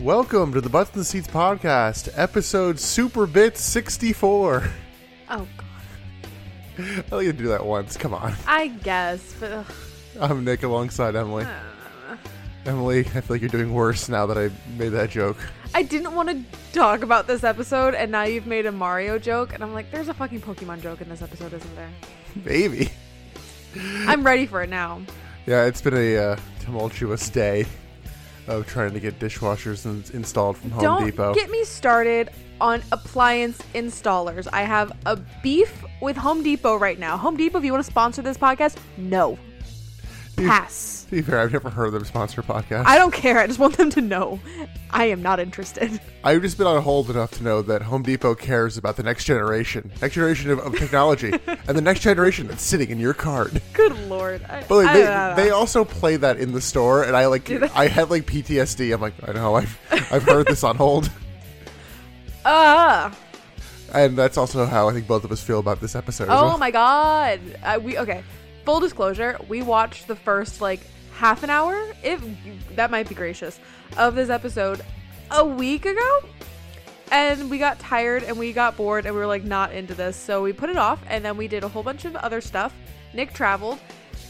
Welcome to the Butts in the Seats podcast, episode Super Bit 64. Oh god. I like to do that once. Come on. I guess, but ugh, I'm Nick alongside Emily. Uh. Emily, I feel like you're doing worse now that I made that joke. I didn't want to talk about this episode, and now you've made a Mario joke, and I'm like, there's a fucking Pokemon joke in this episode, isn't there? Baby. I'm ready for it now. Yeah, it's been a uh, tumultuous day of trying to get dishwashers in- installed from Home Don't Depot. get me started on appliance installers. I have a beef with Home Depot right now. Home Depot, if you want to sponsor this podcast, no. Dude. Pass. to be fair, I've never heard of them sponsor a podcast. I don't care. I just want them to know. I am not interested. I've just been on hold enough to know that Home Depot cares about the next generation, next generation of, of technology, and the next generation that's sitting in your card. Good lord. I, But I like, they, don't know. they also play that in the store, and I like Do they? I had like PTSD. I'm like, I know I've I've heard this on hold, Ah. and that's also how I think both of us feel about this episode. as Oh well. my god. I, we okay. Full disclosure, we watched the first like half an hour, if that might be gracious, of this episode a week ago. And we got tired and we got bored and we were like not into this. So we put it off and then we did a whole bunch of other stuff. Nick traveled.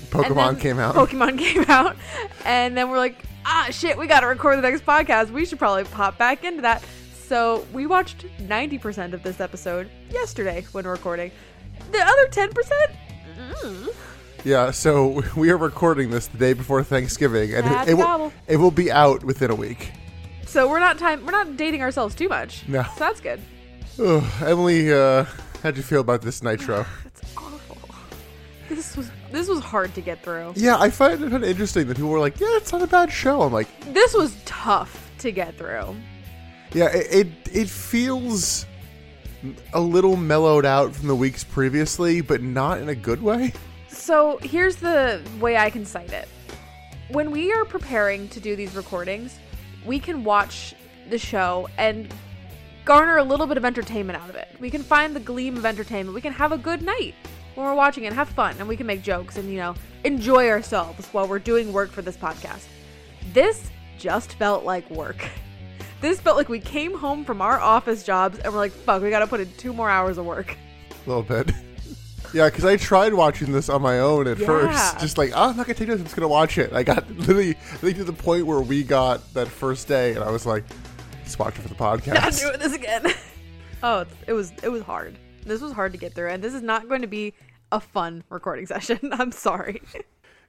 and Pokemon then came out. Pokemon came out. And then we're like, ah shit, we gotta record the next podcast. We should probably pop back into that. So we watched 90% of this episode yesterday when recording. The other 10%? Mm. Yeah, so we are recording this the day before Thanksgiving, and Sad it, it will gobble. it will be out within a week. So we're not time we're not dating ourselves too much. No. So that's good. Ugh, Emily, uh, how'd you feel about this Nitro? That's awful. This was this was hard to get through. yeah, I find it kind of interesting that people were like, "Yeah, it's not a bad show." I'm like, This was tough to get through. Yeah, it, it it feels a little mellowed out from the weeks previously, but not in a good way. So here's the way I can cite it. When we are preparing to do these recordings, we can watch the show and garner a little bit of entertainment out of it. We can find the gleam of entertainment. We can have a good night when we're watching it, and have fun, and we can make jokes and, you know, enjoy ourselves while we're doing work for this podcast. This just felt like work. This felt like we came home from our office jobs and we're like, fuck, we gotta put in two more hours of work. A little bit. Yeah, because I tried watching this on my own at first, Yeah. just like, oh, I'm not gonna take this. I'm just gonna watch it. I got literally, literally to the point where we got that first day, and I was like, just watch it for the not podcast. doing this again. oh, it's- it was it was hard. This was hard to get through, and this is not going to be a fun recording session. I'm sorry.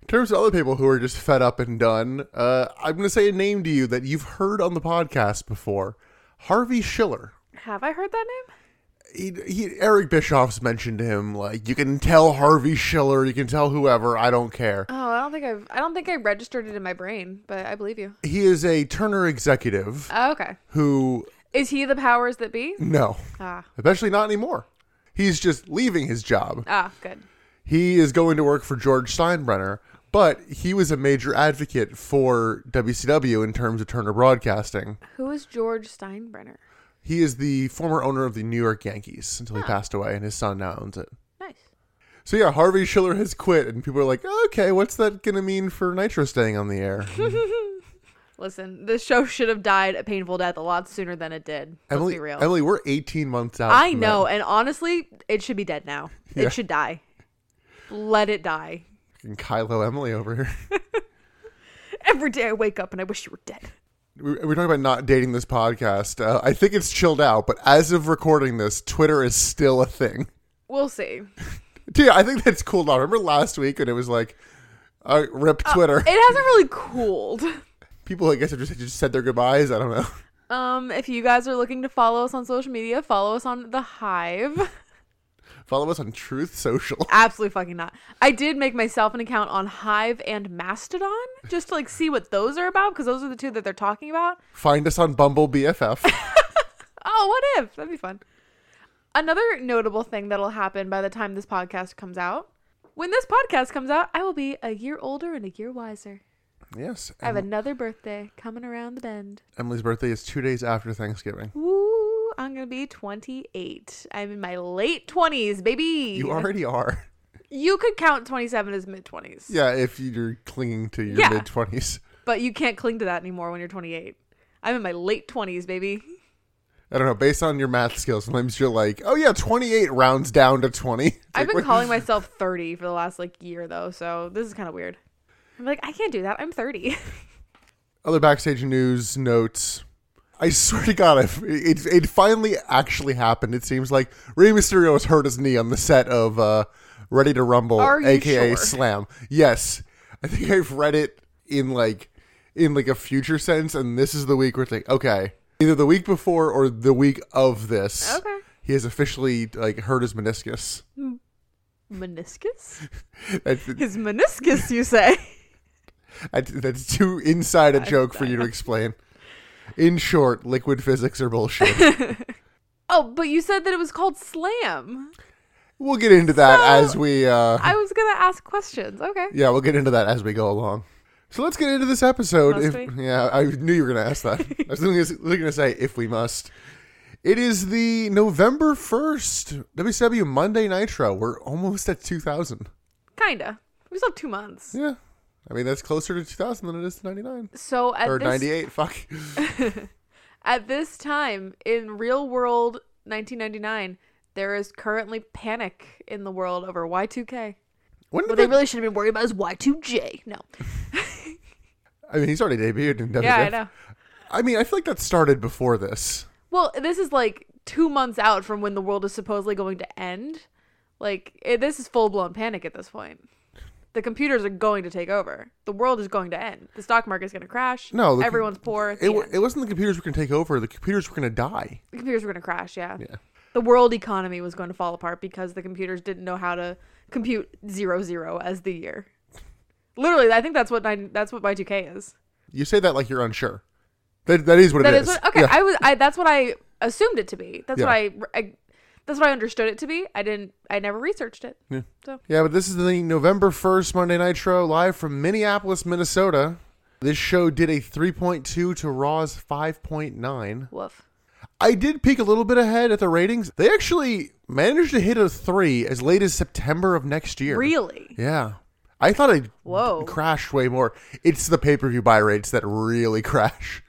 In terms of other people who are just fed up and done, uh, I'm gonna say a name to you that you've heard on the podcast before, Harvey Schiller. Have I heard that name? he, he Eric Bischoff's mentioned him like you can tell Harvey Schiller, you can tell whoever, I don't care. Oh, I don't think I've I don't think I registered it in my brain, but I believe you. He is a Turner executive Oh, okay, who is he the powers that be? no, Ah, especially not anymore. He's just leaving his job. ah, good. He is going to work for George Steinbrenner, but he was a major advocate for WCW in terms of Turner Broadcasting. Who is George Steinbrenner? He is the former owner of the New York Yankees until he passed away, and his son now owns it. Nice. So yeah, Harvey Schiller has quit, and people are like, "Okay, what's that gonna mean for Nitro staying on the air?" Listen, this show should have died a painful death a lot sooner than it did. Let's Emily, be real. Emily, we're 18 months out. I from know, and honestly, it should be dead now. Yeah. It should die. Let it die. that. Fucking Kylo Emily over here. Every day I wake up and I wish you were dead. We- We're talking about not dating this podcast. Uh, I think it's chilled out, but as of recording this, Twitter is still a thing. We'll see. Dude, I think that's cool now. Remember last week when it was like, uh, rip Twitter. It hasn't really cooled. People, I guess, have just, just said their goodbyes. I don't know. Um, if you guys are looking to follow us on social media, follow us on the Hive. Follow us on Truth Social. Absolutely fucking not. I did make myself an account on Hive and Mastodon just to like see what those are about because those are the two that they're talking about. Find us on Bumble BFF. Oh, what if? That'd be fun. Another notable thing that'll happen by the time this podcast comes out. When this podcast comes out, I will be a year older and a year wiser. yes. I have another birthday coming around the bend. Emily's birthday is two days after Thanksgiving. Woo! I'm gonna be 28. I'm in my late 20s, baby. You already are. You could count 27 as mid 20s, Yeah, if you're clinging to your Yeah. mid 20s. but you can't cling to that anymore when you're 28. I'm in my late 20s, baby. I don't know. Based on your math skills, sometimes you're like, oh yeah, 28 rounds down to 20. It's I've like, been what- calling myself 30 for the last like year though, so this is kind of weird. I'm like, I can't do that. I'm 30. Other backstage news notes. I swear to God, if it, it finally actually happened. It seems like Rey Mysterio has hurt his knee on the set of uh, Ready to Rumble, Are you aka sure? Slam. Yes, I think I've read it in like in like a future sense, and this is the week where it's like, okay, either the week before or the week of this, Okay. he has officially like hurt his meniscus. meniscus? That's, His meniscus, you say? that's- that's too inside a joke for you to explain. In short, liquid physics are bullshit. Oh, but you said that it was called slam. We'll get into that So- as we uh I was gonna ask questions. Okay. yeah, we'll get into that as we go along. So let's get into this episode. Must If- we? yeah, I knew you were going to ask that. I was literally going to say if we must. It is the November 1st WCW Monday Nitro. We're almost at 2000. Kinda. We still have two months. Yeah. I mean, that's closer to 2000 than it is to 99 So at or this 98. Fuck. at this time in real world 1999, there is currently panic in the world over Y2K. When What did they they, really should have been worried about is Y2J. No. I mean, he's already debuted in WWF. Yeah, I know. I mean, I feel like that started before this. Well, this is like two months out from when the world is supposedly going to end. Like, it, this is full blown panic at this point. The computers are going to take over. The world is going to end. The stock market's going to crash. No, the- everyone's poor. It's It, the, w- end. it wasn't the computers were going to take over. The computers were going to die. The computers were going to crash. Yeah. Yeah. The world economy was going to fall apart because the computers didn't know how to compute zero zero as the year. Literally, I think that's what nine, that's what Y two K is. You say that like you're unsure. That that is what That it is is. what, okay. Yeah. I was. I that's what I assumed it to be. That's what Yeah. I, I. That's what I understood it to be. I didn't. I never researched it. Yeah. So yeah, but this is the November first Monday Nitro live from Minneapolis, Minnesota. This show did a 3.2 to Raw's 5.9. woof. I did peek a little bit ahead at the ratings. They actually managed to hit a three as late as September of next year. Really? Yeah. I thought it Whoa. crashed way more. It's the pay per view buy rates that really crash,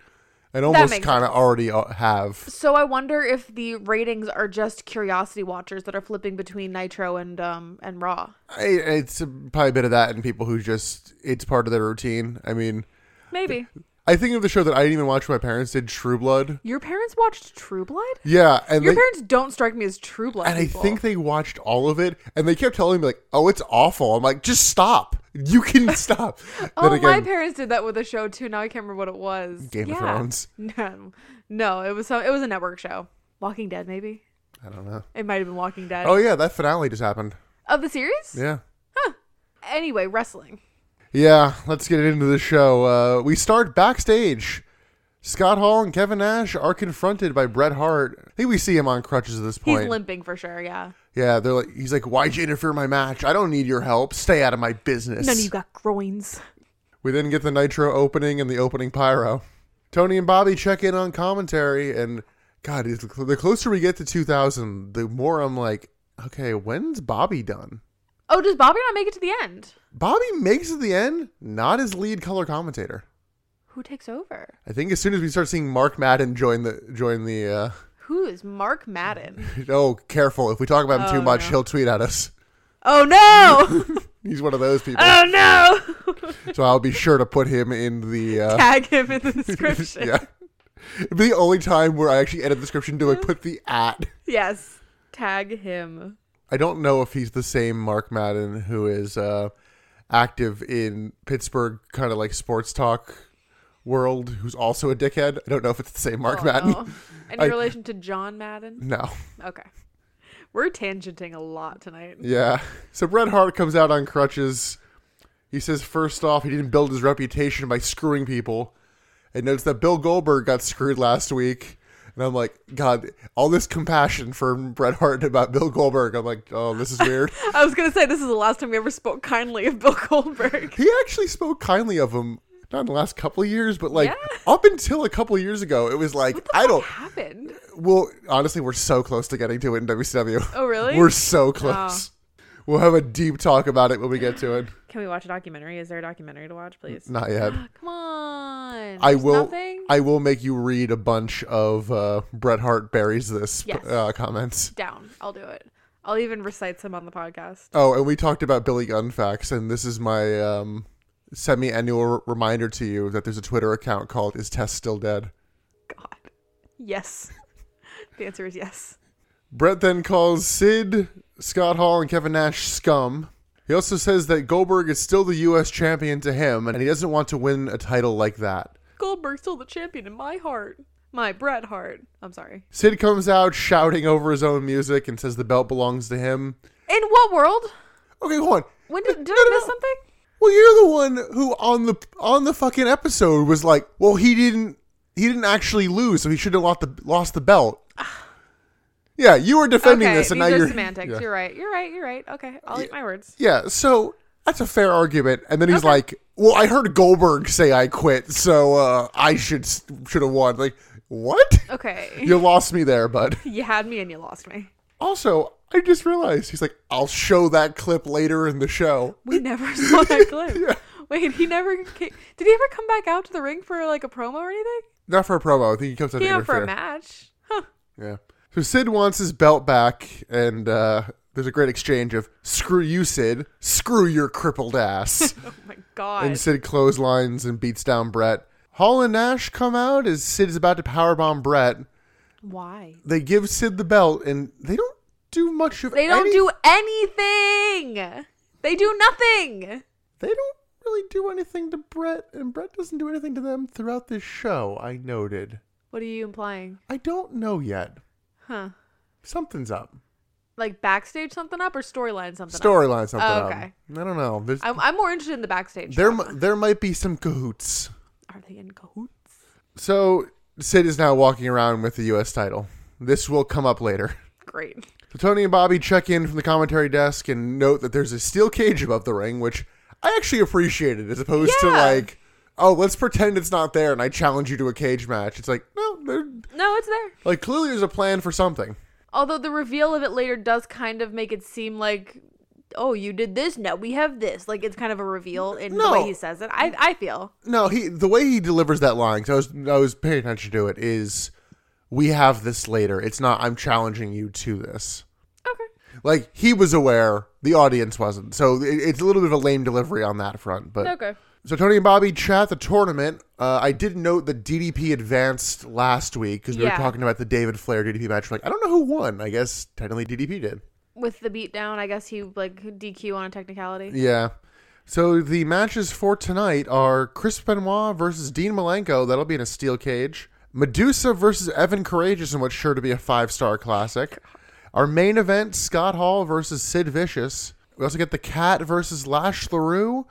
and almost makes kind of already uh, have. So I wonder if the ratings are just curiosity watchers that are flipping between Nitro and um and Raw. I, it's probably a bit of that, and people who just it's part of their routine. I mean, Maybe I think of the show that I didn't even watch. My parents did True Blood. your parents watched True Blood. Yeah, and Your they, parents don't strike me as True Blood. and I people. think they watched all of it, and they kept telling me like, "Oh, it's awful." I'm like, "Just stop. You can stop." Oh, my parents did that with a show too. Now I can't remember what it was. Game of Thrones. No, no, it was some. It was a network show. Walking Dead, maybe. I don't know. It might have been Walking Dead. Oh yeah, that finale just happened. Of the series? Yeah. Anyway, wrestling. Yeah, let's get into the show. Uh, we start backstage. Scott Hall and Kevin Nash are confronted by Bret Hart. I think we see him on crutches at this He's point. limping for sure, yeah. Yeah, they're like, he's like, why'd you interfere in my match? I don't need your help. Stay out of my business. None of you got groins. we then get the Nitro opening and the opening pyro. Tony and Bobby check in on commentary, and God, it's- the closer we get to 2000, the more I'm like, okay, when's Bobby done? Oh, does Bobby not make it to the end? Bobby makes it to the end, not as lead color commentator. Who takes over? I think as soon as we start seeing Mark Madden join the join the, uh, Who is Mark Madden? oh, careful! If we talk about him too Oh, much, no. he'll tweet at us. Oh no! He's one of those people, oh no! so I'll be sure to put him in the uh, Tag him in the description. yeah. It'd be the only time where I actually edit the description to like put the at. Yes. Tag him. I don't know if he's the same Mark Madden who is uh, active in Pittsburgh kind of like sports talk world, who's also a dickhead. I don't know if it's the same Mark Oh, Madden. no. Any I- relation to John Madden? No. Okay. We're tangenting a lot tonight. Yeah. So Bret Hart comes out on crutches. He says, first off, he didn't build his reputation by screwing people. And notes that Bill Goldberg got screwed last week. And I'm like, God, all this compassion for Bret Hart about Bill Goldberg. I'm like, oh, this is weird. I was gonna say this is the last time we ever spoke kindly of Bill Goldberg. he actually spoke kindly of him, not in the last couple of years, but like Yeah? up until a couple of years ago, it was like, I don't, What happened? well, honestly, we're so close to getting to it in WCW. Oh really? Oh. We're so close. We'll have a deep talk about it when we get to it. Can we watch a documentary? Is there a documentary to watch, please? Not yet. Come on. I There's will. Nothing? I will make you read a bunch of uh, Bret Hart buries this Yes. uh, comments. Down. I'll do it. I'll even recite some on the podcast. Oh, and we talked about Billy Gunn facts, and this is my um, semi-annual r- reminder to you that there's a Twitter account called "Is Tess Still Dead." God. Yes. the answer is yes. Brett then calls Sid, Scott Hall, and Kevin Nash scum. He also says that Goldberg is still the U.S. champion to him, and he doesn't want to win a title like that. Goldberg's still the champion in my heart. My Bret Hart. I'm sorry. Sid comes out shouting over his own music and says the belt belongs to him. In what world? Okay, hold on. When did, did No, I no, miss no. something? Well, you're the one who on the on the fucking episode was like, "Well, he didn't he didn't actually lose, so he should have lost the lost the belt." yeah, you were defending okay, this, and these now are you're semantics. Yeah. You're right. You're right. You're right. Okay, I'll eat my words. Yeah, so that's a fair argument. And then he's like, "Well, I heard Goldberg say I quit, so uh, I should should have won." Like, what? Okay, you lost me there, bud. you had me and you lost me. Also, I just realized he's like, "I'll show that clip later in the show." We never saw that clip. Wait, he never came. Did he ever come back out to the ring for like a promo or anything? Not for a promo. I think he comes out to Yeah, for interfere. a match. Huh. yeah. So Sid wants his belt back, and uh, there's a great exchange of "Screw you, Sid! Screw your crippled ass!" Oh my god. And Sid clotheslines and beats down Brett. Hall and Nash come out as Sid is about to powerbomb Brett. Why? They give Sid the belt, and they don't do much of. They don't any- do anything. They do nothing. They don't really do anything to Brett, and Brett doesn't do anything to them throughout this show. I noted. What are you implying? I don't know yet. Huh? Something's up. Like backstage something up or storyline something up? Storyline, something Oh, okay. up. I don't know. There's, I'm, I'm more interested in the backstage. there, drama. m- there might be some cahoots. are they in cahoots? So Sid is now walking around with the U.S. title. This will come up later. Great. So Tony and Bobby check in from the commentary desk and note that there's a steel cage above the ring, which I actually appreciated as opposed to Yeah. like, oh, let's pretend it's not there and I challenge you to a cage match. It's like, no, there- No, it's there. like clearly there's a plan for something. Although the reveal of it later does kind of make it seem like, oh, you did this. Now we have this. Like it's kind of a reveal in the No. way he says it. I I feel No, he the way he delivers that line, 'cause I was I was paying attention to it, is we have this later. It's not I'm challenging you to this. okay. Like he was aware, the audience wasn't. So it, it's a little bit of a lame delivery on that front, but Okay. So Tony and Bobby chat the tournament. Uh, I did note that DDP advanced last week because we Yeah. were talking about the David Flair DDP match. Like I don't know who won. I guess technically DDP did. With the beatdown, I guess he like DQ on a technicality. Yeah. So the matches for tonight are Chris Benoit versus Dean Malenko. That'll be in a steel cage. Medusa versus Evan Courageous in what's sure to be a five star classic. Our main event: Scott Hall versus Sid Vicious. We also get the Cat versus Lash LaRue,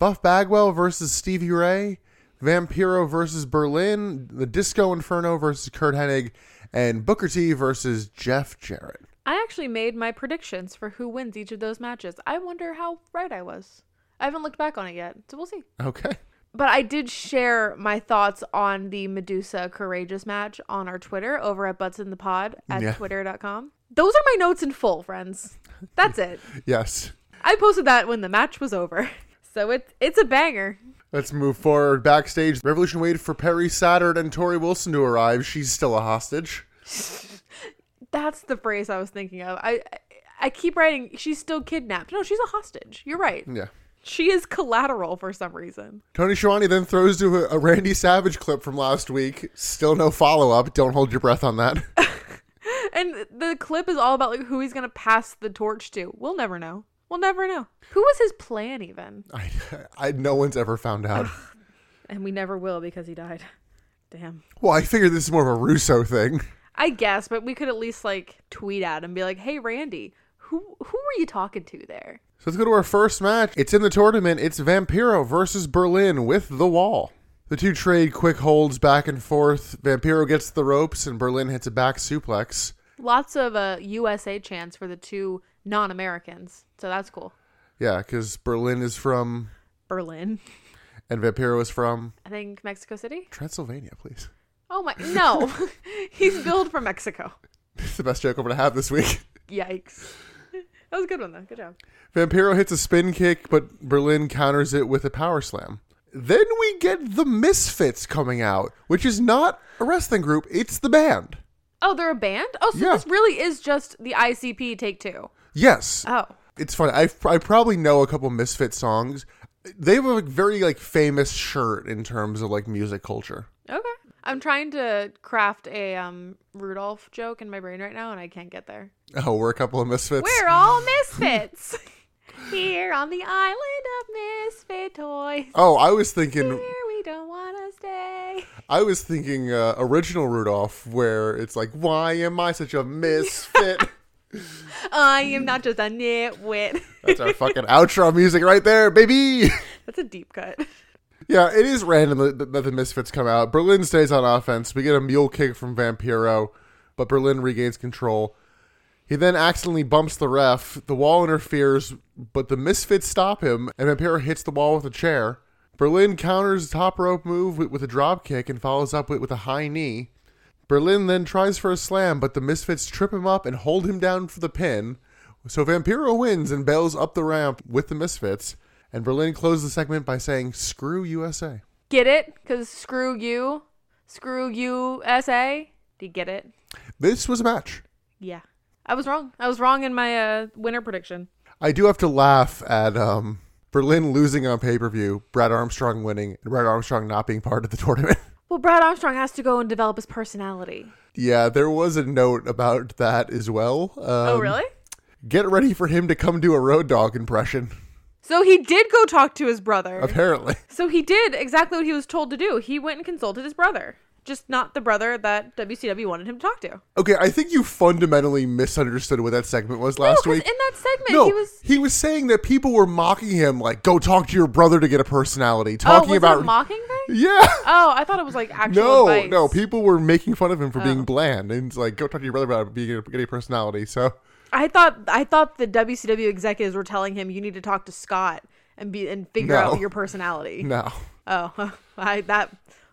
Buff Bagwell versus Stevie Ray, Vampiro versus Berlin, the Disco Inferno versus Kurt Hennig, and Booker T versus Jeff Jarrett. I actually made my predictions for who wins each of those matches. I wonder how right I was. I haven't looked back on it yet, so we'll see. Okay. But I did share my thoughts on the Medusa Courageous match on our Twitter over at Butts in the Pod at Yeah. twitter.com. Those are my notes in full, friends. That's it. Yes. I posted that when the match was over. So it's it's a banger. Let's move forward backstage. Revolution waited for Perry Saturn and Tori Wilson to arrive. She's still a hostage. That's the phrase I was thinking of. I I- I keep writing she's still kidnapped. No, she's a hostage. You're right. Yeah. She is collateral for some reason. Tony Schiavone then throws to a, a Randy Savage clip from last week. Still no follow up. Don't hold your breath on that. And the clip is all about like who he's going to pass the torch to. We'll never know. We'll never know. Who was his plan even? I, I, no one's ever found out. And we never will because he died. Damn. Well, I figure this is more of a Russo thing. I guess, but we could at least like tweet at him, be like, "Hey, Randy, who who were you talking to there?" So let's go to our first match. It's in the tournament. It's Vampiro versus Berlin with the wall. The two trade quick holds back and forth. Vampiro gets the ropes and Berlin hits a back suplex. Lots of uh, USA chants for the two non-Americans, so that's cool. Yeah, because Berlin is from Berlin, and Vampiro is from I think Mexico City. Transylvania, please. Oh my, no, he's billed for Mexico. It's the best joke I'm going to have this week. Yikes, that was a good one though. Good job. Vampiro hits a spin kick, but Berlin counters it with a power slam. Then we get the Misfits coming out, which is not a wrestling group, it's the band. Oh, they're a band? Oh, so Yeah. this really is just the ICP take two. Yes. Oh. It's funny. I, I probably know a couple Misfit songs. They have a like, very like famous shirt in terms of like music culture. Okay. I'm trying to craft a um Rudolph joke in my brain right now and I can't get there. Oh, we're a couple of misfits. We're all misfits. Here on the island of misfit toys. Oh, I was thinking, Here we don't want to stay. I was thinking uh, original Rudolph, where it's like, why am I such a misfit? I am not just a nitwit. That's our fucking outro music right there, baby. That's a deep cut. yeah, it is random that, that the misfits come out. Berlin stays on offense. We get a mule kick from Vampiro, but Berlin regains control. He then accidentally bumps the ref. The wall interferes, but the misfits stop him, and Vampiro hits the wall with a chair. Berlin counters the top rope move with, with a drop kick and follows up with, with a high knee. Berlin then tries for a slam, but the misfits trip him up and hold him down for the pin. So Vampiro wins and bails up the ramp with the misfits. And Berlin closes the segment by saying, "Screw USA." Get it? Because screw you. Screw you, SA. Do you get it? This was a match. Yeah. I was wrong. I was wrong in my uh, winner prediction. I do have to laugh at um, Berlin losing on pay per view, Brad Armstrong winning, and Brad Armstrong not being part of the tournament. Well, Brad Armstrong has to go and develop his personality. yeah, there was a note about that as well. Um, oh, really? Get ready for him to come do a road dog impression, So he did go talk to his brother. apparently. So he did exactly what he was told to do. He went and consulted his brother, just not the brother that WCW wanted him to talk to. Okay, I think you fundamentally misunderstood what that segment was last no, Oh, 'cause week. in that segment, no, he was saying that people were mocking him, like, go talk to your brother to get a personality. oh, Talking was about. it a mocking thing? yeah! Oh, I thought it was like actual No, advice. no, people were making fun of him for being Oh. bland and it's like go talk to your brother about being getting a personality. So I thought I thought the WCW executives were telling him you need to talk to Scott and be and figure No. out your personality. no, Oh, I that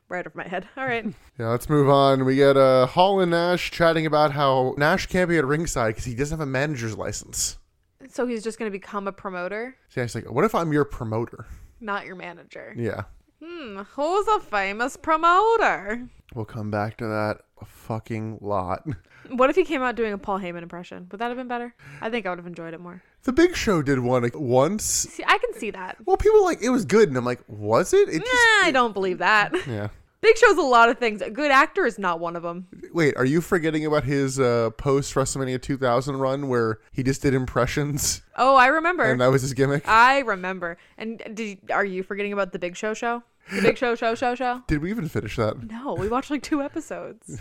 right over my head. All right. yeah, let's move on. We get uh, Hall and Nash chatting about how Nash can't be at ringside because he doesn't have a manager's license. So he's just going to become a promoter, So he's like, "What if I'm your promoter?" not your manager. Yeah, Hmm, who's a famous promoter? we'll come back to that a fucking lot. What if he came out doing a Paul Heyman impression? Would that have been better? I think I would have enjoyed it more. The Big Show did one like, once. See, I can see that. Well, people were like it was good, and I'm like, was it? It Nah, just I don't believe that. yeah. Big Show's a lot of things. A good actor is not one of them. Wait, are you forgetting about his uh, post WrestleMania 2000 run where he just did impressions Oh, I remember. and that was his gimmick? I remember. And did, are you forgetting about the Big Show show? The Big Show show show show? Did we even finish that? No, we watched like two episodes.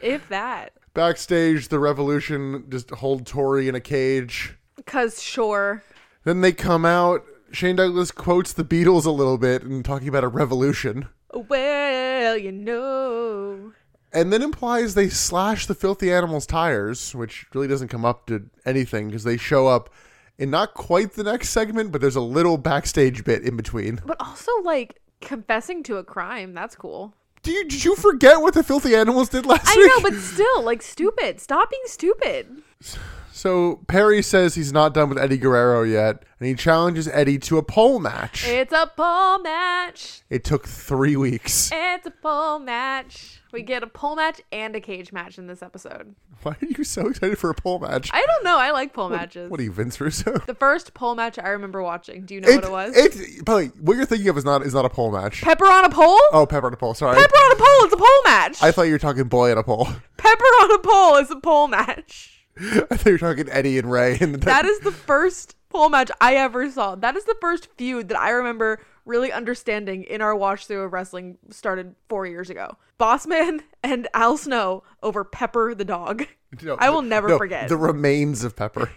if that. Backstage, the Revolution just hold Tori in a cage. Because sure. Then they come out. Shane Douglas quotes the Beatles a little bit and talking about a revolution, Well, you know. and then implies they slash the filthy animal's tires, which really doesn't come up to anything because they show up in not quite the next segment, but there's a little backstage bit in between. But also, like, confessing to a crime. That's cool. Do you, did you forget what the filthy animals did last I week? know, but still, like, stupid. Stop being stupid. So Perry says he's not done with Eddie Guerrero yet, and he challenges Eddie to a pole match. It's a pole match. It took three weeks. It's a pole match. We get a pole match and a cage match in this episode. Why are you so excited for a pole match? I don't know. I like pole matches. What are you, Vince Russo? The first pole match I remember watching. Do you know It, what it was? it- probably what you're thinking of is not is not a pole match. Pepper on a pole? oh, pepper on a pole. Sorry, Pepper on a pole is a pole match. I thought you were talking boy on a pole. Pepper on a pole is a pole match. I thought you were talking Eddie and Ray. And That is the first pole match I ever saw. That is the first feud that I remember really understanding in our watch through of wrestling started four years ago. Bossman and Al Snow over Pepper the dog. No, I will never no, forget. the remains of Pepper.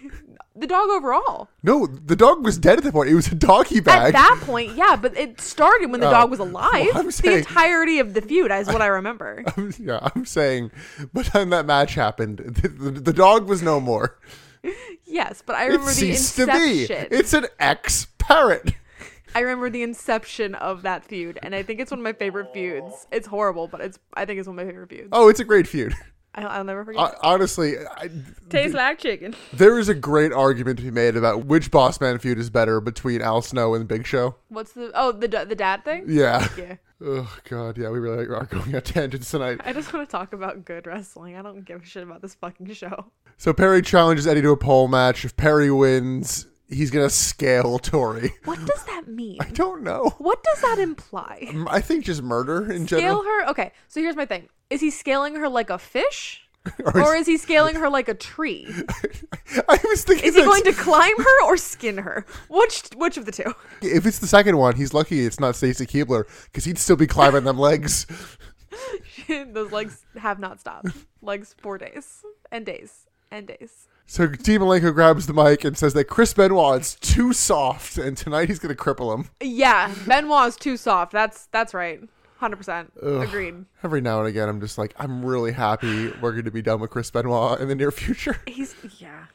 the dog overall. No, the dog was dead at that point. It was a doggy At bag. that point, yeah, but it started when the Oh. dog was alive. Well, I'm the saying- entirety of the feud is what I remember. yeah, I'm saying, by the time that match happened, the, the, the dog was no more. Yes, but I It remember the ceased to be. inception. It's an ex parrot. I remember the inception of that feud, and I think it's one of my favorite feuds. It's horrible, but it's I think it's one of my favorite feuds. Oh, it's a great feud. I'll, I'll never forget. I, honestly, I, Tastes like chicken. there is a great argument to be made about which Boss Man feud is better between Al Snow and Big Show. What's the oh the da- the dad thing? Yeah. Yeah. Oh God, yeah, we really are going on tangents tonight. I just want to talk about good wrestling. I don't give a shit about this fucking show. So Perry challenges Eddie to a pole match. If Perry wins, he's gonna scale Tori. What does that mean? I don't know. What does that imply? M- I think just murder in Scale general. her. Okay, so here's my thing: is he scaling her like a fish, Or or is he scaling her like a tree? I was thinking Is he that's- going to climb her or skin her? Which which of the two? if it's the second one, he's lucky it's not Stacy Keebler because he'd still be climbing them legs. Those legs have not stopped. Legs for days and days and days. So Dean Malenko grabs the mic and says that Chris Benoit is too soft, and tonight he's gonna cripple him. Yeah, Benoit is too soft. That's that's right. Hundred percent agreed. Every now and again, I'm just like, I'm really happy we're going to be done with Chris Benoit in the near future. He's yeah,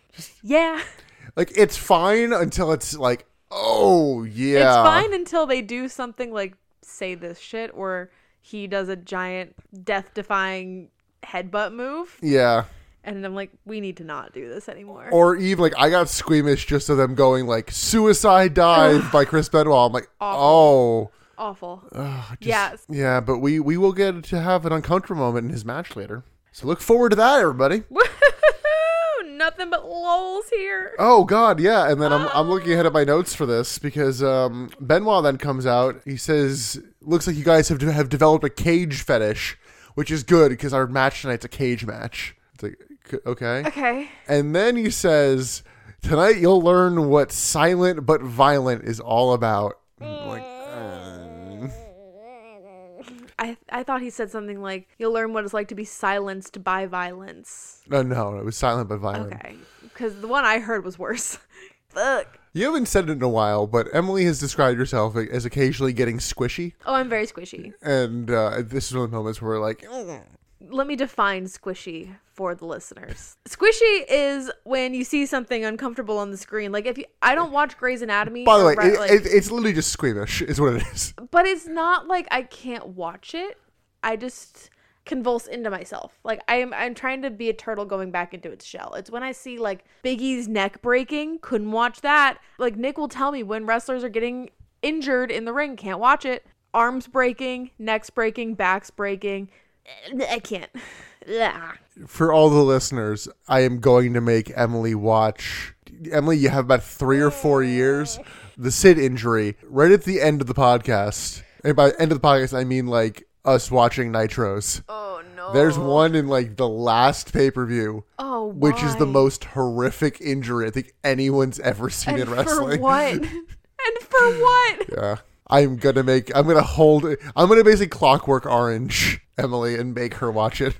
yeah. Like, it's fine until it's like, oh yeah, It's fine until they do something like say this shit, or he does a giant death-defying headbutt move, yeah. and I'm like, we need to not do this anymore. Or even like, I got squeamish just of them going like "Suicide Dive" by Chris Benoit. I'm like, oh, Awful. ugh, just- Yes. yeah. But we we will get to have an uncomfortable moment in his match later. So look forward to that, everybody. Woo-hoo-hoo! Nothing but lols here. Oh God, yeah. And then I'm, I'm looking ahead at my notes for this because um, Benoit then comes out. He says, "Looks like you guys have have developed a cage fetish, which is good because our match tonight's a cage match." It's like c- okay. Okay. And then he says, "Tonight you'll learn what silent but violent is all about." I'm like, uh, I I thought he said something like, "You'll learn what it's like to be silenced by violence." no, no, it was silent but violent. Okay, because the one I heard was worse. Ugh. You haven't said it in a while, but Emily has described herself as occasionally getting squishy, Oh, I'm very squishy. and uh, this is one of the moments where we're like. Let me define squishy for the listeners. Squishy is when you see something uncomfortable on the screen. Like if you, I don't watch Grey's Anatomy. By the or way, Re- it, like- it, it's literally just squeamish, is what it is. but it's not like I can't watch it. I just convulse into myself. Like I'm I'm trying to be a turtle going back into its shell. It's when I see like Biggie's neck breaking, couldn't watch that. Like Nick will tell me when wrestlers are getting injured in the ring, can't watch it. Arms breaking, necks breaking, backs breaking. I can't. Blah. For all the listeners, I am going to make Emily watch. Emily, you have about three or four years. The Sid injury, right at the end of the podcast. And by end of the podcast, I mean like us watching Nitros. Oh no. There's one in like the last pay per view, Oh, which is the why? most horrific injury I think anyone's ever seen in and wrestling. for what? and for what? Yeah. Uh, I'm gonna make. I'm gonna hold. I'm gonna basically clockwork orange Emily and make her watch it.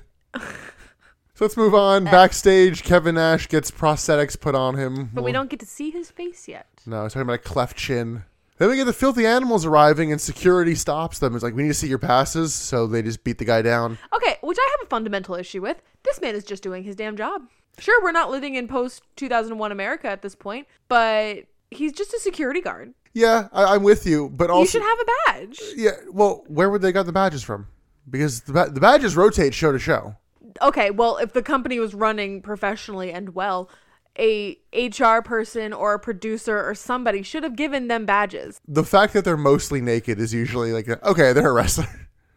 so let's move Uh, on. Backstage, Kevin Nash gets prosthetics put on him. But we don't get to see his face yet. No, he's talking about a cleft chin. Then we get the filthy animals arriving, and security stops them. It's like we need to see your passes, so they just beat the guy down. Okay, which I have a fundamental issue with. This man is just doing his damn job. Sure, we're not living in post 2001 America at this point, but he's just a security guard. Yeah, I, I'm with you, but You also, should have a badge. yeah. Well, where would they got the badges from? Because the, ba- the badges rotate show to show. Okay, well, if the company was running professionally and well, a HR person or a producer or somebody should have given them badges. The fact that they're mostly naked is usually like, a- okay, they're a wrestler.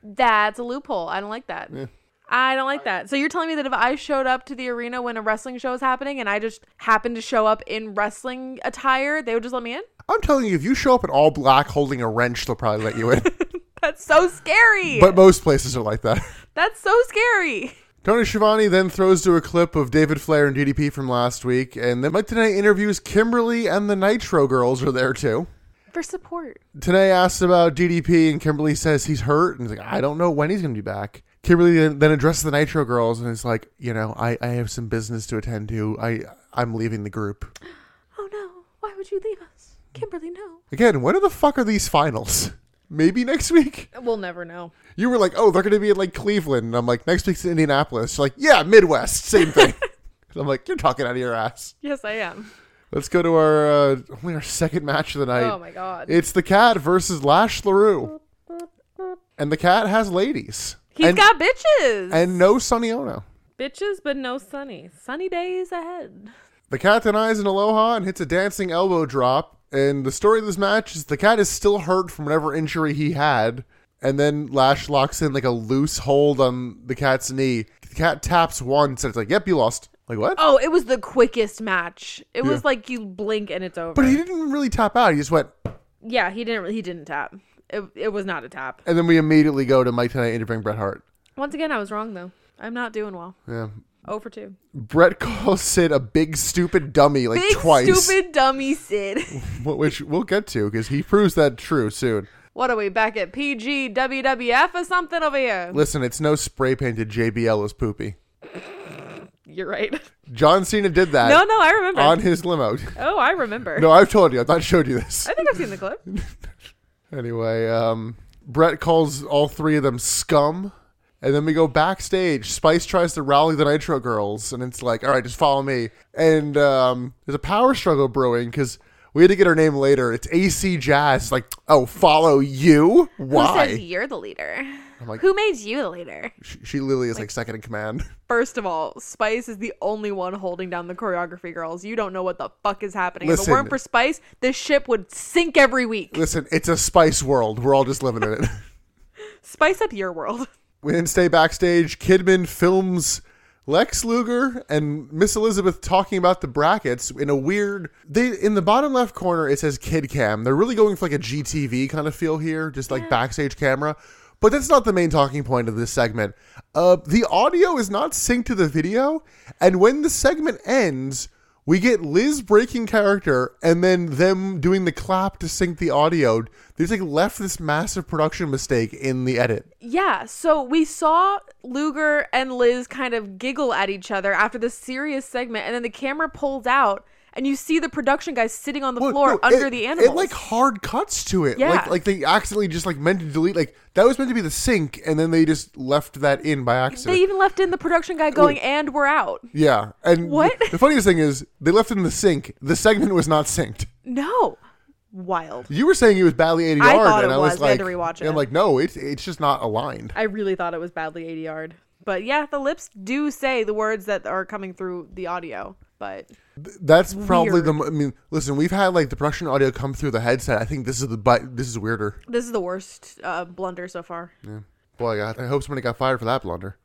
That's a loophole. I don't like that. I don't like that. So you're telling me that if I showed up to the arena when a wrestling show is happening and I just happened to show up in wrestling attire, they would just let me in? I'm telling you, if you show up in all black holding a wrench, they'll probably let you in. That's so scary. but most places are like that. That's so scary. Tony Schiavone then throws to a clip of David Flair and DDP from last week, and then Mike Tenay interviews Kimberly and the Nitro Girls are there too. For support. Tenay asks about DDP, and Kimberly says he's hurt, and he's like, I don't know when he's going to be back. Kimberly then then addresses the Nitro Girls and is like, you know, I, I have some business to attend to. I I'm leaving the group. Oh no, why would you leave us? Kimberly, no. Again, when the fuck are these finals? Maybe next week. We'll never know. You were like, oh, they're going to be in like Cleveland. And I'm like, next week's in Indianapolis. You're like, yeah, Midwest, same thing. And I'm like, you're talking out of your ass. Yes, I am. Let's go to our uh, only our second match of the night. oh my god. It's the cat versus Lash LaRue. And the cat has ladies. He's and, got bitches. and no Sonny Ono. Bitches, but no sunny. Sunny days ahead. The cat denies an aloha and hits a dancing elbow drop. And the story of this match is the cat is still hurt from whatever injury he had. And then Lash locks in like a loose hold on the cat's knee. The cat taps once and it's like, yep, you lost. Like, what? Oh, it was the quickest match. It Yeah. was like you blink and it's over. But he didn't really tap out. He just went. Yeah, he didn't. He didn't tap. It, it was not a tap. And then we immediately go to Mike Tonight interviewing Bret Hart. Once again, I was wrong though. I'm not doing well. Yeah. Oh for two. Bret calls Sid a big, stupid dummy like Big twice, stupid dummy Sid. which we'll get to because he proves that true soon. what are we back at PG WWF or something over here? Listen, it's no spray painted JBL is poopy. You're right. John Cena did that no, no, I remember. on his limo. oh, I remember. No, I've told you. I've not showed you this. I think I've seen the clip. Anyway, um, Brett calls all three of them scum. And then we go backstage. Spice tries to rally the Nitro Girls. And it's like, all right, just follow me. And um, there's a power struggle brewing because we had to get her name later. It's AC Jazz. Like, oh, follow you? Why? Who says you're the leader? like- Who made you the leader? she, she literally is like second in command. First of all, Spice is the only one holding down the choreography girls. You don't know what the fuck is happening. If it Listen. weren't for Spice, this ship would sink every week. Listen, it's a Spice world. We're all just living in it. Spice up your world. We didn't stay backstage. Kidman films Lex Luger and Miss Elizabeth talking about the brackets in a weird. They in the bottom left corner it says Kid Cam. They're really going for like a GTV kind of feel here, just like backstage camera. But that's not the main talking point of this segment. Uh, the audio is not synced to the video, and when the segment ends, we get Liz breaking character and then them doing the clap to sync the audio. They just like left this massive production mistake in the edit. Yeah, so we saw Luger and Liz kind of giggle at each other after this serious segment, and then the camera pulled out, and you see the production guys sitting on the Well, floor no, under it- the animals. It like hard cuts to it. Yeah. Like like they accidentally just like meant to delete like that was meant to be the sync and then they just left that in by accident. they even left in the production guy going, and we're out. yeah. And What? The, the funniest thing is they left it in the sync. The segment was not synced. No. Wild. You were saying it was badly ADR I thought and it I was, was. We like had to rewatch it. I'm like no, it's it's just not aligned. I really thought it was badly ADR'd. But yeah, the lips do say the words that are coming through the audio, but That's probably the mo- I mean, listen, we've had like the production audio come through the headset. I think this is the but this is weirder. this is the worst uh, blunder so far. Boy, I, I hope somebody got fired for that blunder.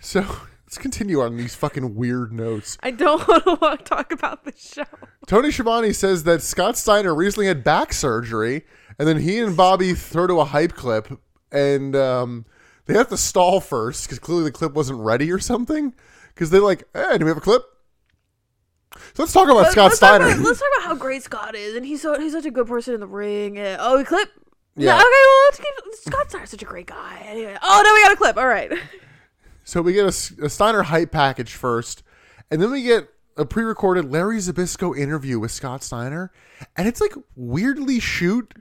So, let's continue on these fucking weird notes. I don't want to talk about the show. Tony Schiavone says that Scott Steiner recently had back surgery, and then he and Bobby throw to a hype clip, and um, they have to stall first because clearly the clip wasn't ready or something. Because they're like, "Hey, do we have a clip?" So let's talk about But Scott let's talk Steiner. about- let's talk about how great Scott is, and he's so he's such a good person in the ring. and- oh, we clip. Yeah. Yeah. okay. Well, let's keep, Scott Steiner's such a great guy. Anyway. Oh no, we got a clip. All right. So we get a S- a, Steiner hype package first, and then we get a pre-recorded Larry Zabisco interview with Scott Steiner, and it's like weirdly shoot,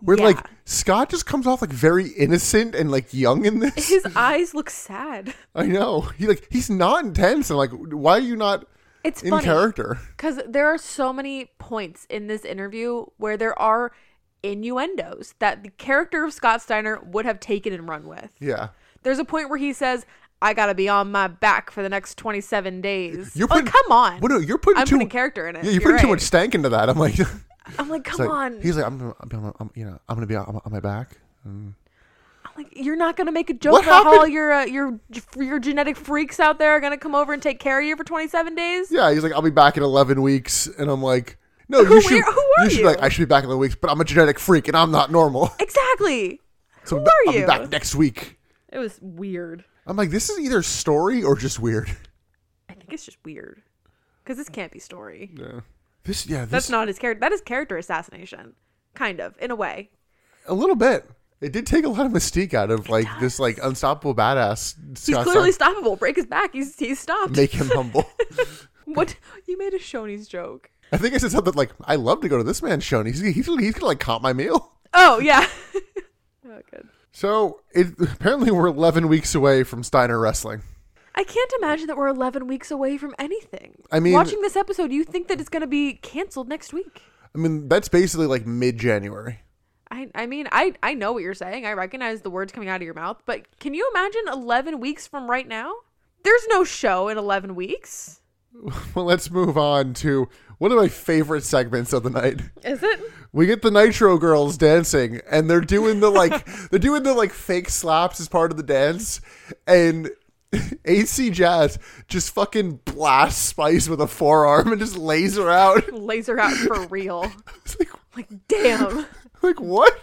where Yeah. like Scott just comes off like very innocent and like young in this. His eyes look sad. I know. He like he's not intense and like why are you not It's in funny. character? Because there are so many points in this interview where there are innuendos that the character of Scott Steiner would have taken and run with. Yeah. There's a point where he says, "I gotta be on my back for the next 27 days." You're You're like, putting- Oh, come on. Well, no, you're putting I'm too putting character in it. Yeah, you're You're putting too right. much stank into that. I'm like, it's I'm like, come like- on. He's like, I'm, gonna- I'm, gonna- I'm- you know, I'm gonna be on, on my back. Like you're not gonna make a joke What about how all happened- your uh, your your genetic freaks out there are gonna come over and take care of you for 27 days. Yeah, he's like, I'll be back in 11 weeks, and I'm like, no, Who you should, are- who are you should be you? like, I should be back in 11 weeks, but I'm a genetic freak and I'm not normal. Exactly. So Who ba- are I'll you? be back next week. It was weird. I'm like, this is either story or just weird. I think it's just weird because this can't be story. Yeah. This, yeah, this, That's not his character. That is character assassination, kind of in a way. a little bit. It did take a lot of mystique out of like this like unstoppable badass. He's Scott clearly Stein- stoppable. Break his back. He's he's stopped. make him humble. What you made a Shoney's joke? I think I said something like, "I love to go to this man's show, and he's he's, he's gonna like comp my meal." Oh yeah. oh good. So it, apparently, we're eleven weeks away from Steiner wrestling. I can't imagine that we're 11 weeks away from anything. I mean- watching this episode, you think that it's going to be canceled next week. I mean, that's basically like mid January. I, I mean, I, I know what you're saying. I recognize the words coming out of your mouth, but can you imagine 11 weeks from right now? There's no show in 11 weeks. Well, let's move on to one of my favorite segments of the night. Is it? We get the Nitro girls dancing, and they're doing the like they're doing the like fake slaps as part of the dance, and AC Jazz just fucking blasts Spice with a forearm and just lays her out. Laser out for real. It's like Like, damn. like what?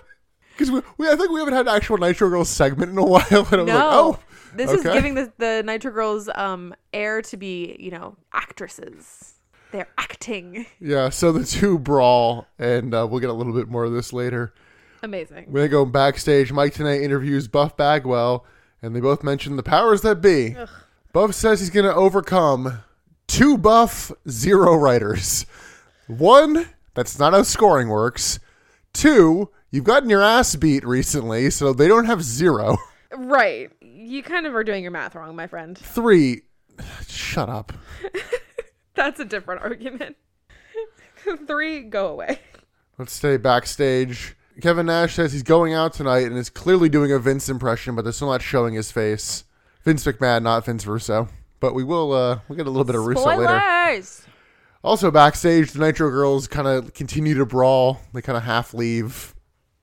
Because we, we I think we haven't had an actual Nitro girls segment in a while, and I was No. like, oh, this okay. is giving the, the Nitro Girls um, air to be, you know, actresses. They're acting. yeah. So the two brawl, and uh, we'll get a little bit more of this later. Amazing. When they go backstage, Mike tonight interviews Buff Bagwell, and they both mention the powers that be. Buff says he's going to overcome two buff, zero writers. One, that's not how scoring works. Two, you've gotten your ass beat recently, so they don't have zero. Right. You kind of are doing your math wrong, my friend. Three, shut up. That's a different argument. Three, go away. Let's stay backstage. Kevin Nash says he's going out tonight and is clearly doing a Vince impression, but they're still not showing his face. Vince McMahon, not Vince Russo. But we will uh, we'll get a little bit of Russo later. Spoilers. Also backstage, the Nitro girls kind of continue to brawl. They kind of half leave.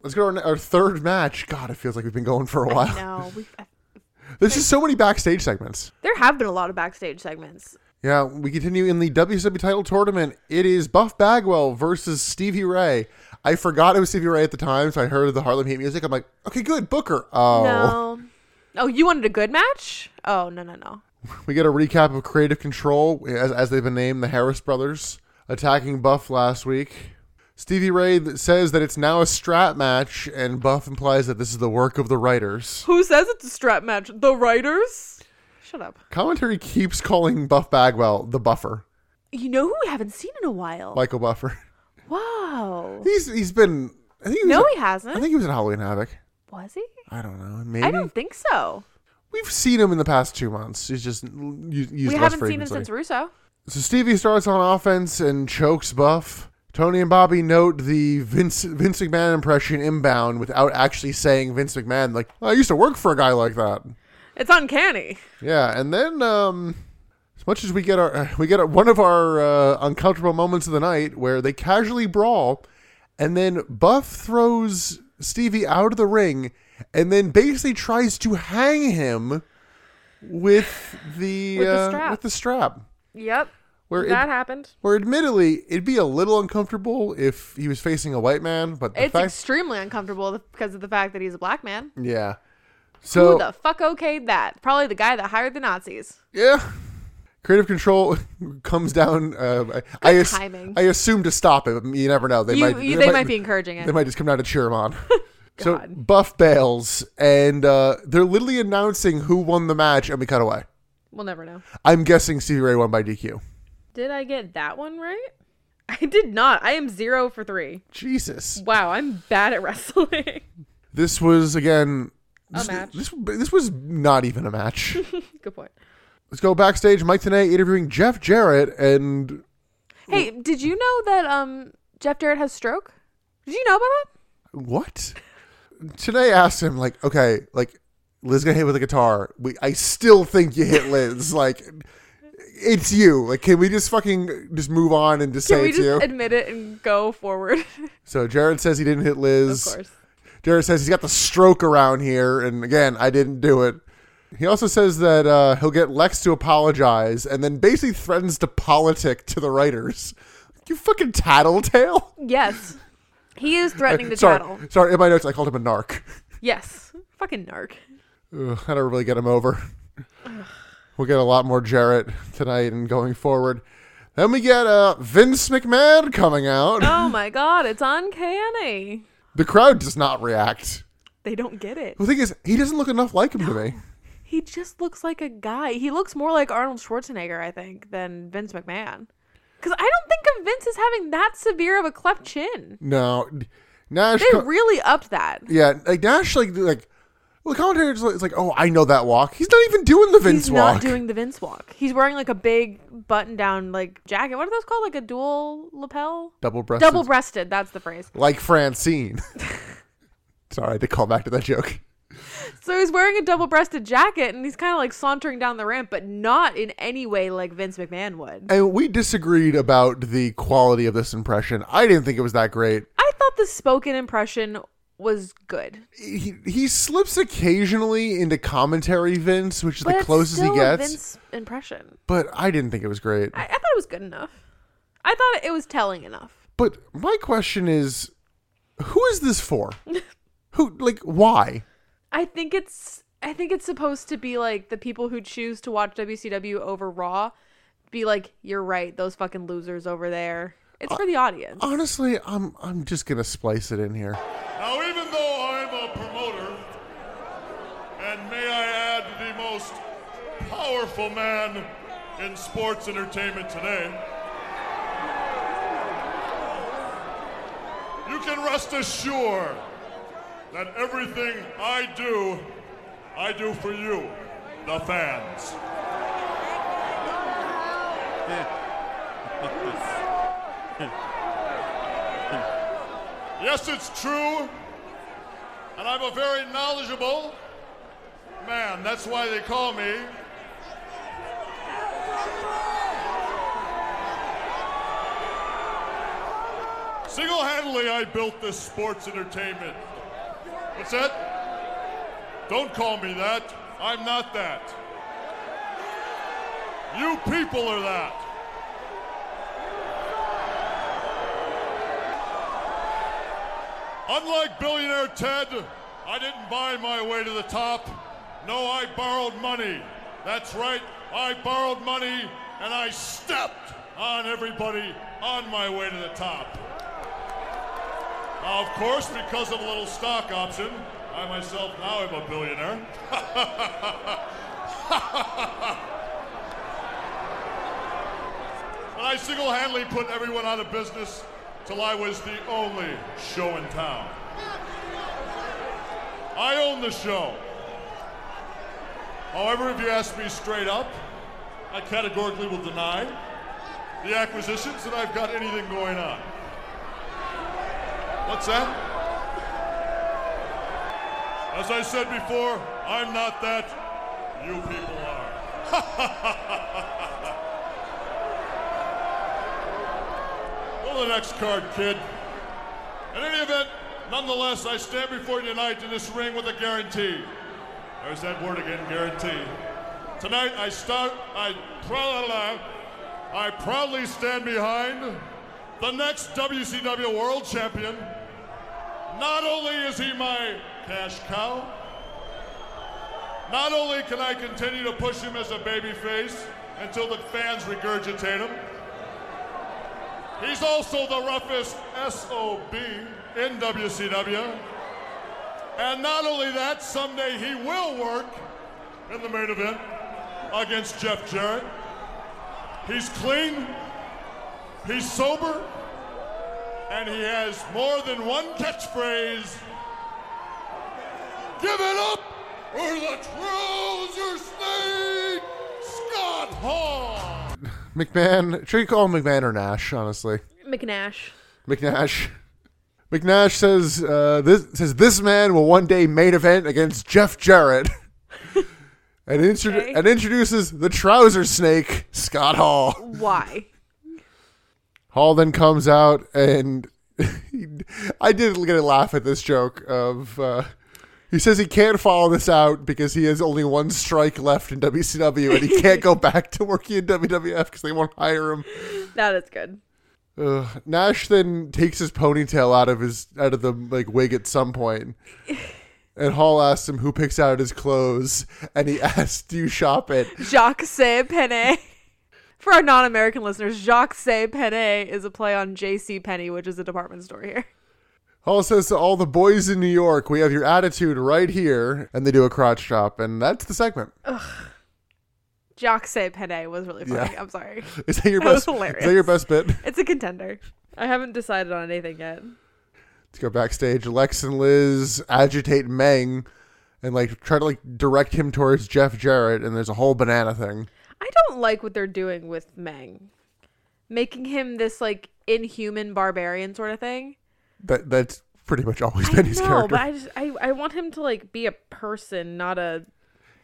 Let's go to our, our third match. God, it feels like we've been going for a while. No, we uh, There's just so many backstage segments. there have been a lot of backstage segments. Yeah, we continue in the WCW title tournament. It is Buff Bagwell versus Stevie Ray. I forgot it was Stevie Ray at the time, so I heard the Harlem Heat music. I'm like, okay, good, Booker. Oh, No. Oh, you wanted a good match? Oh, no, no, no. we get a recap of Creative Control as, as they've been named, the Harris brothers attacking Buff last week. Stevie Ray th- says that it's now a strap match, and Buff implies that this is the work of the writers. Who says it's a strap match? The writers? Shut up. Commentary keeps calling Buff Bagwell the Buffer, You know who we haven't seen in a while? Michael Buffer. Wow. He's he's been. I think he was No, at- he hasn't. I think he was in Halloween Havoc. Was he? I don't know. Maybe I don't think so. we've seen him in the past two months. He's just u- used We less haven't seen him frequency. since Russo. So Stevie starts on offense and chokes Buff. Tony and Bobby note the Vince Vince McMahon impression inbound without actually saying Vince McMahon. Like I used to work for a guy like that. It's uncanny. Yeah, and then um, as much as we get our we get one of our uh, uncomfortable moments of the night where they casually brawl, and then Buff throws Stevie out of the ring, and then basically tries to hang him with the, With the uh, strap. with the strap. Yep. Where it- that happened. Where admittedly it'd be a little uncomfortable if he was facing a white man, but the It's fact extremely uncomfortable because of the fact that he's a black man. yeah, Who so the fuck okayed that? Probably the guy that hired the Nazis. Yeah. Creative control comes down. Uh, I, I, as- timing. I assume to stop it. But you never know. They You, might. you, they, might, be encouraging They it. might just come down to cheer him on. so God. Buff bails, and uh, they're literally announcing who won the match, and we cut away. We'll never know. I'm guessing Stevie Ray won by DQ. Did I get that one right? I did not. I am zero for three. Jesus, Wow, I'm bad at wrestling. this was again. A This, match. This, this was not even a match. Good point. Let's go backstage. Mike Tenay interviewing Jeff Jarrett, and hey, did you know that um Jeff Jarrett has stroke? Did you know about that? what? Today asked him like, okay, like Liz got hit with a guitar. We, I still think you hit Liz. like, it's you. Like, can we just fucking just move on and just Can say we it's you? just admit it and go forward? so Jared says he didn't hit of Liz. course. Jared says he's got the stroke around here, and again, I didn't do it. He also says that uh, he'll get Lex to apologize, and then basically threatens to politic to the writers. You fucking tattletale. Yes. He is threatening to sorry, tattle. sorry. In my notes, I called him a narc. Yes. Fucking narc. Ugh, I don't really get him over. we'll get a lot more Jarrett tonight and going forward. Then we get uh, Vince McMahon coming out. Oh my god, it's uncanny. The crowd does not react. They don't get it. The thing is, he doesn't look enough like him to me. He just looks like a guy. He looks more like Arnold Schwarzenegger, I think, than Vince McMahon. Because I don't think of Vince as having that severe of a cleft chin. No, Nash. They co- really upped that. yeah, like Nash, like like. Well, the commentator is like, is like, oh, I know that walk. He's not even doing the Vince He's walk. not doing the Vince walk. He's wearing like a big button down like jacket. What are those called? Like a dual lapel? double breasted. Double breasted. That's the phrase. like Francine. Sorry, I had to call back to that joke. So he's wearing a double-breasted jacket and he's kind of like sauntering down the ramp, but not in any way like Vince McMahon would. And we disagreed about the quality of this impression. I didn't think it was that great. I thought the spoken impression was good, He, he slips occasionally into commentary, Vince, which is but the it's closest he still gets. a Vince impression. But I didn't think it was great. I, I thought it was good enough. I thought it was telling enough. But my question is, who is this for? who like why? I think it's I think it's supposed to be like the people who choose to watch WCW over Raw be like, you're right, those fucking losers over there. Uh, It's for the audience. Honestly, I'm I'm just gonna splice it in here. Now, even though I'm a promoter, and may I add, the most powerful man in sports entertainment today, you can rest assured that everything I do, I do for you, the fans. Yes, it's true. And I'm a very knowledgeable man. That's why they call me. Single handedly, I built this sports entertainment. What's that? Don't call me that. I'm not that. You people are that. Unlike billionaire Ted, I didn't buy my way to the top. No, I borrowed money. That's right, I borrowed money and I stepped on everybody on my way to the top. Now, of course, because of a little stock option, I myself now am a billionaire. But I single handedly put everyone out of business till I was the only show in town. I own the show. However, if you ask me straight up, I categorically will deny the acquisitions that I've got anything going on. What's that? As I said before, I'm not that. You people are. Go to the next card, kid. In any event, nonetheless, I stand before you tonight in this ring with a guarantee. There's that word again, guarantee. Tonight, I start. I proudly, I proudly stand behind the next WCW World Champion. Not only is he my cash cow, not only can I continue to push him as a babyface until the fans regurgitate him. He's also the roughest SOB in WCW. And not only that, someday he will work in the main event against Jeff Jarrett. He's clean, he's sober, and he has more than one catchphrase Give it up, or the trouser snake, Scott Hall! McMahon should you call him McMahon or Nash, honestly? McNash. McNash. McNash says uh, this says this man will one day main event against Jeff Jarrett. and, intro- Okay. and introduces the trouser snake, Scott Hall. Why? Hall then comes out and I did get a laugh at this joke of uh, he says he can't follow this out because he has only one strike left in WCW and he can't go back to working in WWF because they won't hire him. that is good. Ugh. Nash then takes his ponytail out of his out of the like wig at some point, and Hall asks him who picks out his clothes, and he asks, "Do you shop it?" Jacques C. Penne. For our non-American listeners, Jacques C. Penne is a play on J.C. Penney, which is a department store here. Hall says to all the boys in New York, "We have your attitude right here," and they do a crotch chop, and that's the segment. Jacques C. Penne was really funny. Yeah. I'm sorry. Is that your That best? Is was that hilarious. your best bit? It's a contender. I haven't decided on anything yet. Let's go backstage. Lex and Liz agitate Meng, and like try to like direct him towards Jeff Jarrett, and there's a whole banana thing. I don't like what they're doing with Meng. Making him this like inhuman barbarian sort of thing. That that's pretty much always I been his know, character. but I just I, I want him to like be a person, not a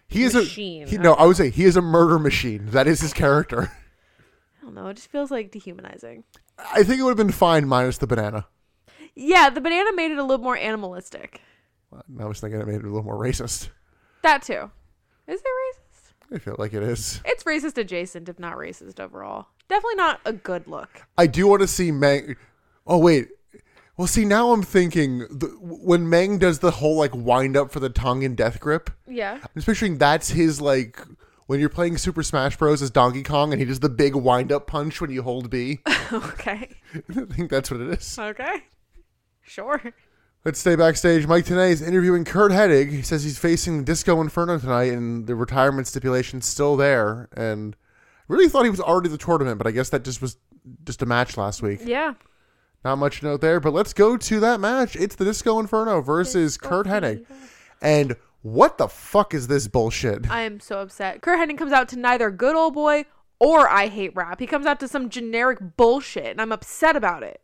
he is machine. a he, no. I would say he is a murder machine. That is his character. I don't know. It just feels like dehumanizing. I think it would have been fine minus the banana. Yeah, the banana made it a little more animalistic. I was thinking it made it a little more racist. That too. Is it racist? I feel like it is. It's racist adjacent, if not racist overall. Definitely not a good look. I do want to see Mang. Oh wait. Well, see now I'm thinking the, when Mang does the whole like wind up for the tongue and death grip. yeah. I'm just picturing that's his like when you're playing Super Smash Bros. as Donkey Kong and he does the big wind up punch when you hold B. I okay. think that's what it is. Okay. Sure. Let's stay backstage. Mike Tenay is interviewing Kurt Hedig. He says he's facing Disco Inferno tonight and the retirement stipulation's still there. And I really thought he was already the tournament, but I guess that just was just a match last week. Yeah. Not much to note there, but let's go to that match. It's the Disco Inferno versus Kurt Hennig. And what the fuck is this bullshit? I am so upset. Kurt Hennig comes out to neither good old boy or I hate rap. He comes out to some generic bullshit, and I'm upset about it.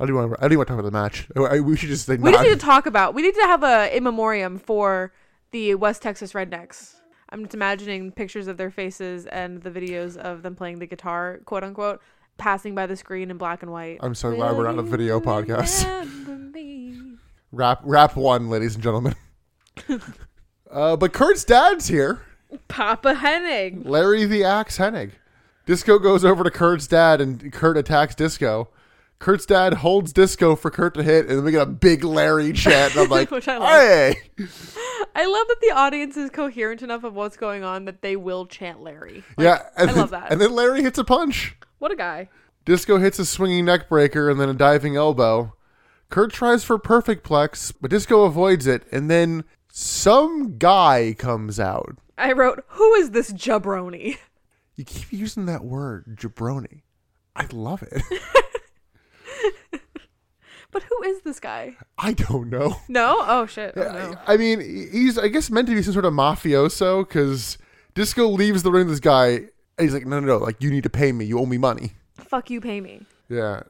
I do want. I do want to talk about the match. I- I- We should just. Like, We just not- need to talk about. We need to have a in memoriam for the West Texas Rednecks. I'm just imagining pictures of their faces and the videos of them playing the guitar, quote unquote, passing by the screen in black and white. I'm so glad we're not a video podcast. Remember me. Rap, rap one, ladies and gentlemen. uh, but Kurt's dad's here, Papa Hennig. Larry the Axe Hennig. Disco goes over to Kurt's dad, and Kurt attacks Disco. Kurt's dad holds Disco for Kurt to hit, and then we get a big Larry chant. And I'm like, Which I love. hey, I love that the audience is coherent enough of what's going on that they will chant Larry. yeah. And I then, love that. And then Larry hits a punch. What a guy. Disco hits a swinging neck breaker and then a diving elbow. Kurt tries for perfect plex, but Disco avoids it, and then some guy comes out. I wrote, "Who is this jabroni?" You keep using that word, jabroni. I love it. But who is this guy? I don't know. No? Oh shit. Oh, no. I mean, he's I guess meant to be some sort of mafioso because Disco leaves the ring with this guy, and he's like, no, no, no, like you need to pay me. You owe me money. Fuck you, pay me. Yeah.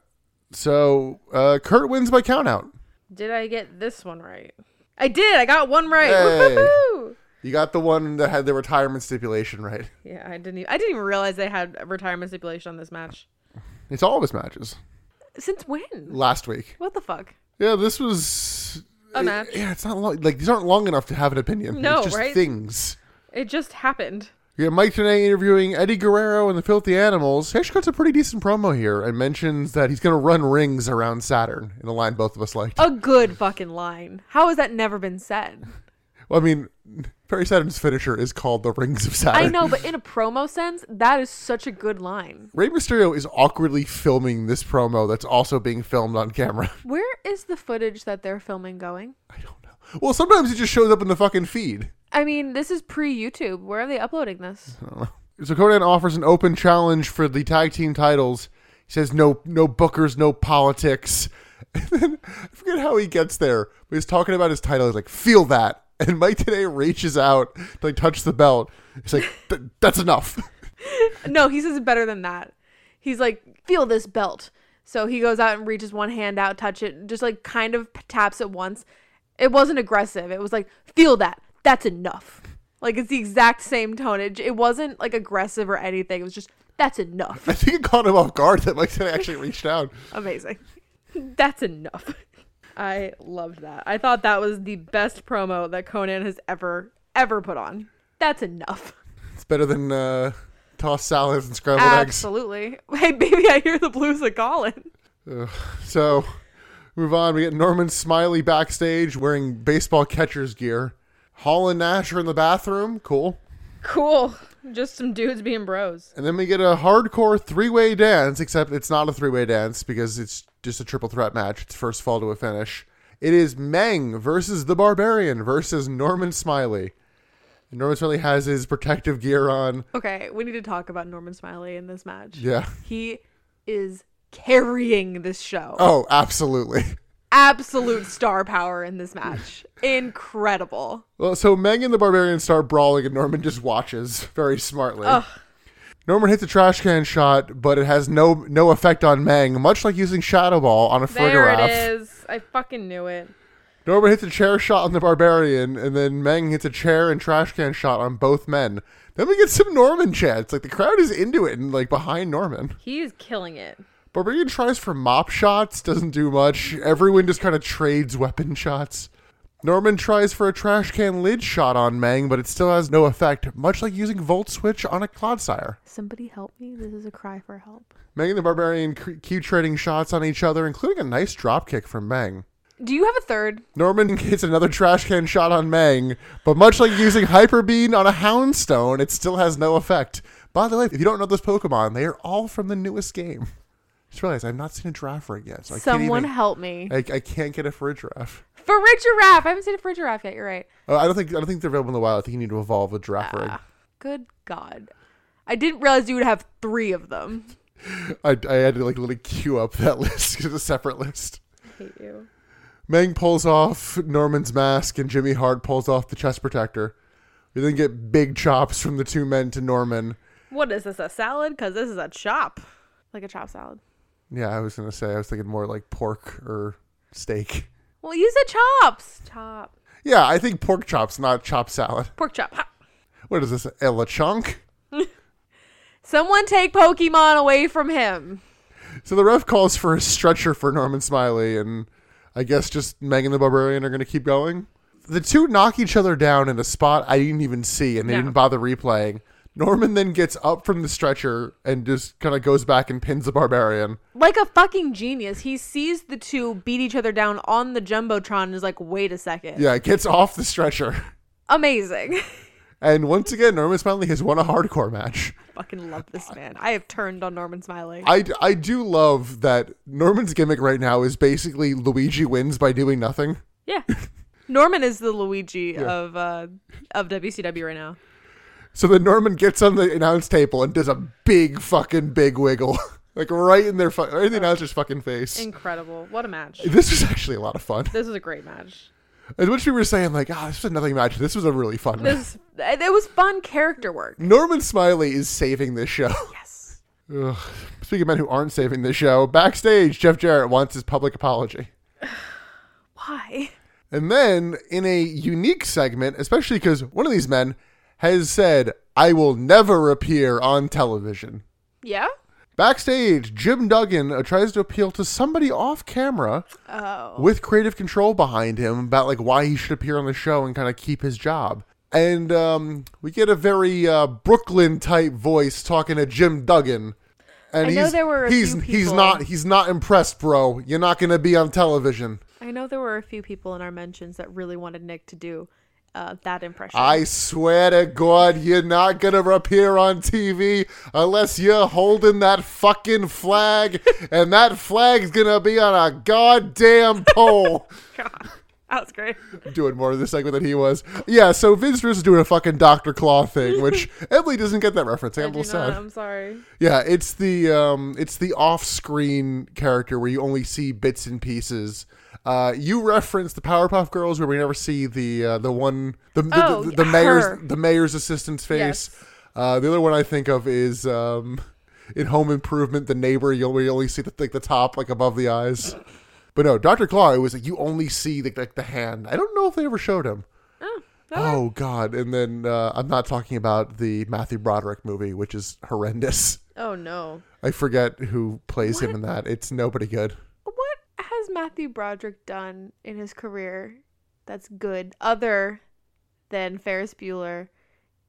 So uh, Kurt wins by countout. Did I get this one right? I did. I got one right. Hey. Woohoo! You got the one that had the retirement stipulation right. Yeah, I didn't. Even, I didn't even realize they had a retirement stipulation on this match. It's all of his matches. Since when? last week. What the fuck? Yeah, this was A match. Yeah, it's not long. Like these aren't long enough to have an opinion. No, it's just right? Things. It just happened. Yeah, Mike Tenay interviewing Eddie Guerrero and the Filthy Animals. He actually cuts a pretty decent promo here and mentions that he's going to run rings around Saturn in a line both of us liked. A good fucking line. How has that never been said? Well, I mean, Perry Saturn's finisher is called the Rings of Saturn. I know, but in a promo sense, that is such a good line. Rey Mysterio is awkwardly filming this promo that's also being filmed on camera. Where is the footage that they're filming going? I don't know. Well, sometimes it just shows up in the fucking feed. I mean, this is pre YouTube. Where are they uploading this? So Conan offers an open challenge for the tag team titles. He says no no bookers, no politics. And then I forget how he gets there, but he's talking about his title. He's like, feel that. And Mike today reaches out to like touch the belt. He's like, "Th- that's enough. No, he says it better than that. He's like, feel this belt. So he goes out and reaches one hand out, touch it, just like kind of p- taps it once. It wasn't aggressive. It was like, feel that. That's enough. Like it's the exact same tonnage. It wasn't like aggressive or anything. It was just, that's enough. I think it caught him off guard that Mike today actually reached out. Amazing. That's enough. I loved that. I thought that was the best promo that Conan has ever ever put on. That's enough. It's better than uh, tossed salads and scrambled eggs. Absolutely. Hey, baby, I hear the blues are calling. So move on. We get Norman Smiley backstage wearing baseball catcher's gear. Hall and Nash are in the bathroom. Cool. Cool. Just some dudes being bros. And then we get a hardcore three way dance, except it's not a three way dance because it's just a triple threat match. It's first fall to a finish. It is Meng versus the Barbarian versus Norman Smiley. And Norman Smiley has his protective gear on. Okay, we need to talk about Norman Smiley in this match. Yeah. He is carrying this show. Oh, absolutely. Absolute star power in this match. Incredible. Well, so Meng and the Barbarian start brawling, and Norman just watches very smartly. Norman hits a trash can shot, but it has no no effect on Meng, much like using Shadow Ball on a There Fergaraf. it is. I fucking knew it. Norman hits a chair shot on the barbarian, and then Meng hits a chair and trash can shot on both men. Then we get some Norman chants. Like the crowd is into it and like behind Norman. He is killing it. Barbarian tries for mop shots, doesn't do much. Everyone just kind of trades weapon shots. Norman tries for a trash can lid shot on Meng, but it still has no effect, much like using Volt Switch on a Clodsire. Somebody help me. This is a cry for help. Meng and the Barbarian cre- keep trading shots on each other, including a nice dropkick from Meng. Do you have a third? Norman hits another trash can shot on Meng, but much like using Hyper Beam on a Houndstone, it still has no effect. By the way, if you don't know those Pokemon, they are all from the newest game. Just realized I've not seen a giraffe rig yet, so I Someone can't help me. even, I, I can't get it for a giraffe. For a giraffe. I haven't seen it for a giraffe yet. You're right. Uh, I don't think I don't think they're available in the wild. I think you need to evolve a giraffe Ah. Good God. I didn't realize you would have three of them. rig. I, I had to like literally queue up that list. It's a separate list. I hate you. Meng pulls off Norman's mask, and Jimmy Hart pulls off the chest protector. We then get big chops from the two men to Norman. What is this? A salad? Because this is a chop. Like a chopped salad. Yeah, I was gonna say I was thinking more like pork or steak. Well, you said chops. Chop. Yeah, I think pork chops, not chopped salad. Pork chop. Ha! What is this? Ella chunk? Someone take Pokemon away from him. So the ref calls for a stretcher for Norman Smiley, and I guess just Meg and the Barbarian are going to keep going. The two knock each other down in a spot I didn't even see, and they No. didn't bother replaying. Norman then gets up from the stretcher and just kind of goes back and pins the Barbarian. Like a fucking genius, he sees the two beat each other down on the Jumbotron and is like, wait a second. Yeah, gets off the stretcher. Amazing. And once again, Norman Smiley has won a hardcore match. Fucking love this man. I have turned on Norman Smiley. I, I do love that Norman's gimmick right now is basically Luigi wins by doing nothing. Yeah. Norman is the Luigi of uh of WCW right now. So then Norman gets on the announce table and does a big fucking big wiggle, like right in their fu- right in the announcer's fucking face. Incredible. What a match. This was actually a lot of fun. This was a great match. As much as we were saying, like, ah, this was a nothing match. This was a really fun. match. This it was fun character work. Norman Smiley is saving this show. Yes. Ugh. Speaking of men who aren't saving this show, backstage, Jeff Jarrett wants his public apology. Why? And then in a unique segment, especially because one of these men has said, I will never appear on television. yeah? Backstage, Jim Duggan uh, tries to appeal to somebody off camera Oh. with creative control behind him about like why he should appear on the show and kind of keep his job. And um, we get a very uh, Brooklyn type voice talking to Jim Duggan. And I know there were a he's few he's people- not he's not impressed, bro. You're not gonna be on television. I know there were a few people in our mentions that really wanted Nick to do uh, that impression. I swear to God, you're not gonna appear on TV unless you're holding that fucking flag, and that flag's gonna be on a goddamn pole. God. That was great. doing more of this segment than he was. Yeah, so Vince Russo doing a fucking Doctor Claw thing, which Emily doesn't get that reference. I do Amble not, said, I'm sorry. "Yeah, it's the um, it's the off-screen character where you only see bits and pieces." Uh, you reference the Powerpuff Girls, where we never see the uh, the one the the, Oh, the, the mayor's her. the mayor's assistant's face. Uh, the other one I think of is um, in Home Improvement, the neighbor. You only, you only see the, like the top, like above the eyes. But no, Doctor Claw. It was like you only see the, like the hand. I don't know if they ever showed him. Oh God! And then uh, I'm not talking about the Matthew Broderick movie, which is horrendous. Oh no. I forget who plays him in that. It's nobody good. What has Matthew Broderick done in his career that's good other than Ferris Bueller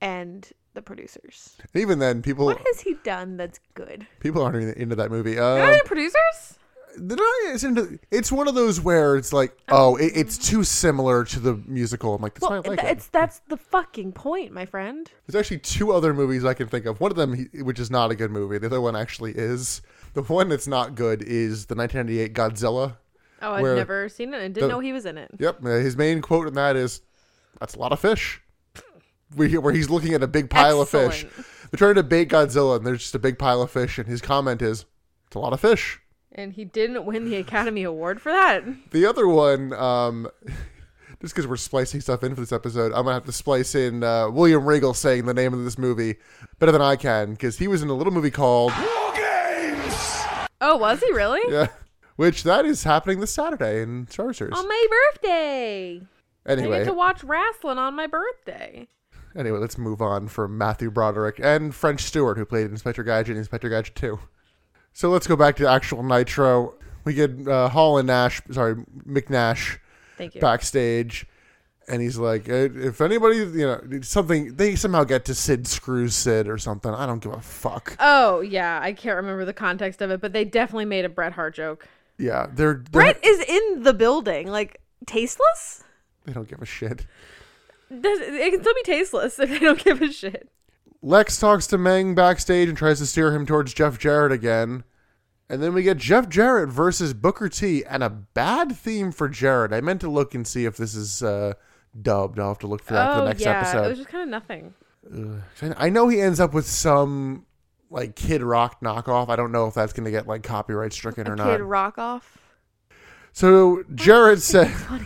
and the producers? And even then, people What has he done that's good? people aren't even into that movie. Are Uh, they producers? they're not- it's, into- it's one of those where it's like, oh, it, it's too similar to the musical. I'm like, that's Um, Well, why I like th- it. it's that's the fucking point, my friend. There's actually two other movies I can think of. One of them, he- which is not a good movie, the other one actually is. The one that's not good is the 1998 Godzilla. Oh, I've Where- never seen it and didn't the- know he was in it. Yep, uh, his main quote in that is, "That's a lot of fish." Where he- where he's looking at a big pile of fish. They're trying to bait Godzilla, and there's just a big pile of fish. And his comment is, "It's a lot of fish." And he didn't win the Academy Award for that. The other one, um, just because we're splicing stuff in for this episode, I'm gonna have to splice in uh, William Regal saying the name of this movie better than I can because he was in a little movie called Oh, was he really? yeah, which that is happening this Saturday in Star Series. Um, On my birthday. I anyway, get to watch wrestling on my birthday. anyway, let's move on from Matthew Broderick and French Stewart, who played Inspector Gadget and Inspector Gadget 2. So let's go back to actual Nitro. We get uh, Hall and Nash, sorry, McNash Thank you. backstage, and he's like, "Eh, if anybody, you know, something, they somehow get to Sid screws Sid or something. I don't give a fuck. Oh yeah, I can't remember the context of it, but they definitely made a Bret Hart joke. Yeah, they're, they're Brett is in the building, like tasteless. they don't give a shit. Does- It can still be tasteless if they don't give a shit. Lex talks to Meng backstage and tries to steer him towards Jeff Jarrett again. And then we get Jeff Jarrett versus Booker T and a bad theme for Jarrett. I meant to look and see if this is uh, dubbed. I'll have to look for that for oh the next yeah, it was episode. just kind of nothing. I know he ends up with some like Kid Rock knockoff. I don't know if that's going to get like copyright stricken or not. Kid Rock off. So Jared says.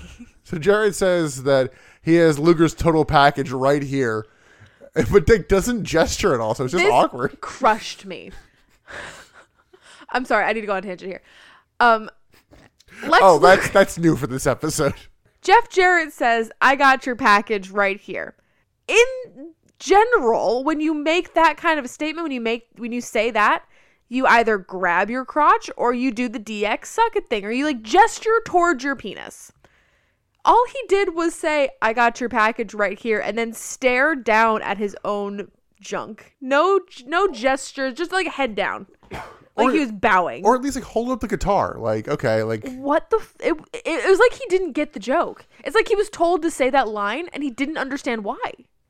So Jared says that he has Luger's total package right here, but Dick doesn't gesture at all, so it's just This awkward. Crushed me. I'm sorry. I need to go on a tangent here. Um, Lex Oh, Luger- that's that's new for this episode. Jeff Jarrett says, I got your package right here. In general, when you make that kind of a statement, when you make when you say that, you either grab your crotch or you do the DX suck it thing, or you like gesture towards your penis. All he did was say, I got your package right here, and then stare down at his own junk. No no gestures, just like head down. Like Or- he was bowing Or at least like hold up the guitar. Like, okay, like what the f- it, it, it was like he didn't get the joke it's like he was told to say that line and he didn't understand why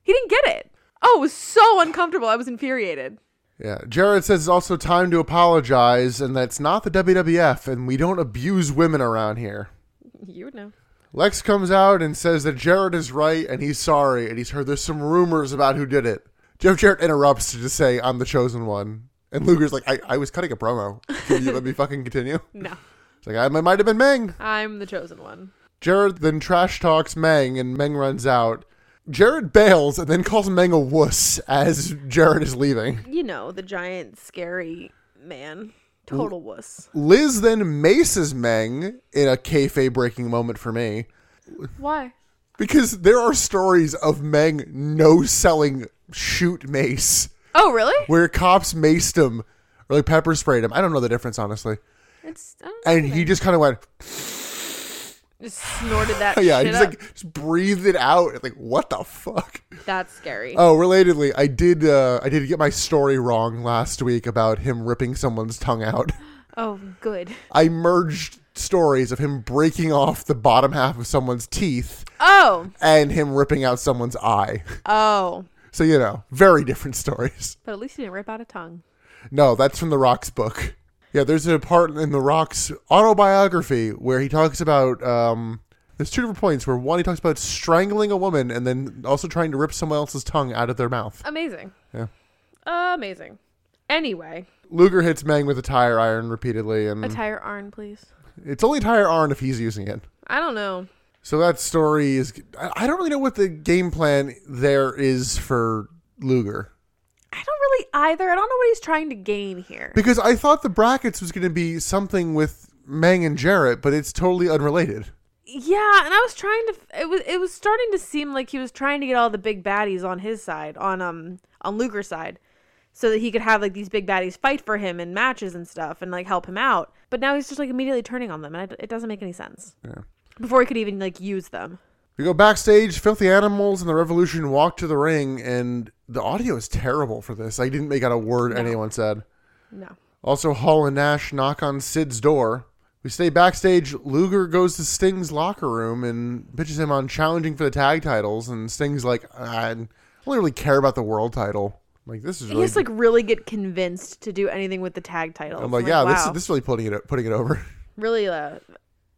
he didn't get it oh it was so uncomfortable i was infuriated yeah. Jared says it's also time to apologize and that's not the WWF and we don't abuse women around here. You would know. Lex comes out and says that Jared is right and he's sorry and he's heard there's some rumors about who did it. Jeff Jarrett interrupts to just say, I'm the chosen one. And Luger's like, I, I was cutting a promo. Can you let me fucking continue? No, It's like, I I might have been Meng. I'm the chosen one. Jared then trash talks Meng, and Meng runs out. Jared bails and then calls Meng a wuss as Jared is leaving. You know the giant, scary man, total wuss. Liz then maces Meng in a kayfabe breaking moment for me why because there are stories of Meng no selling shoot mace oh really where cops maced him or like pepper sprayed him. I don't know the difference honestly, It's I don't know. and he just kind of went, just snorted that. yeah, shit he's up. like just breathed it out. Like what the fuck. that's scary. Oh, relatedly, I did uh, I did get my story wrong last week about him ripping someone's tongue out. oh good I merged stories of him breaking off the bottom half of someone's teeth oh and him ripping out someone's eye. oh, So you know, very different stories. but at least he didn't rip out a tongue. No, that's from the Rock's book. Yeah, there's a part in the Rock's autobiography where he talks about um, there's two different points where one he talks about strangling a woman and then also trying to rip someone else's tongue out of their mouth. Amazing. Yeah. Amazing. Anyway, Luger hits Mang with a tire iron repeatedly and a tire iron please It's only tire iron if he's using it. I don't know. So that story is. I I don't really know what the game plan there is for Luger i don't really either i don't know what he's trying to gain here because I thought the brackets was going to be something with Mang and Jarrett, but it's totally unrelated. yeah and i was trying to it was it was starting to seem like he was trying to get all the big baddies on his side on um on luger's side so that he could have like these big baddies fight for him in matches and stuff and like help him out but now he's just like immediately turning on them and it, it doesn't make any sense Yeah. before he could even like use them We go backstage. Filthy Animals and the Revolution walk to the ring, and the audio is terrible for this. I didn't make out a word anyone said. No. Also, Hall and Nash knock on Sid's door. We stay backstage. Luger goes to Sting's locker room and bitches him on challenging for the tag titles. And Sting's like, I don't really care about the world title. I'm like, this is he really. has to, like really get convinced to do anything with the tag title I'm like, yeah, this, wow. this is really putting it putting it over. Really uh,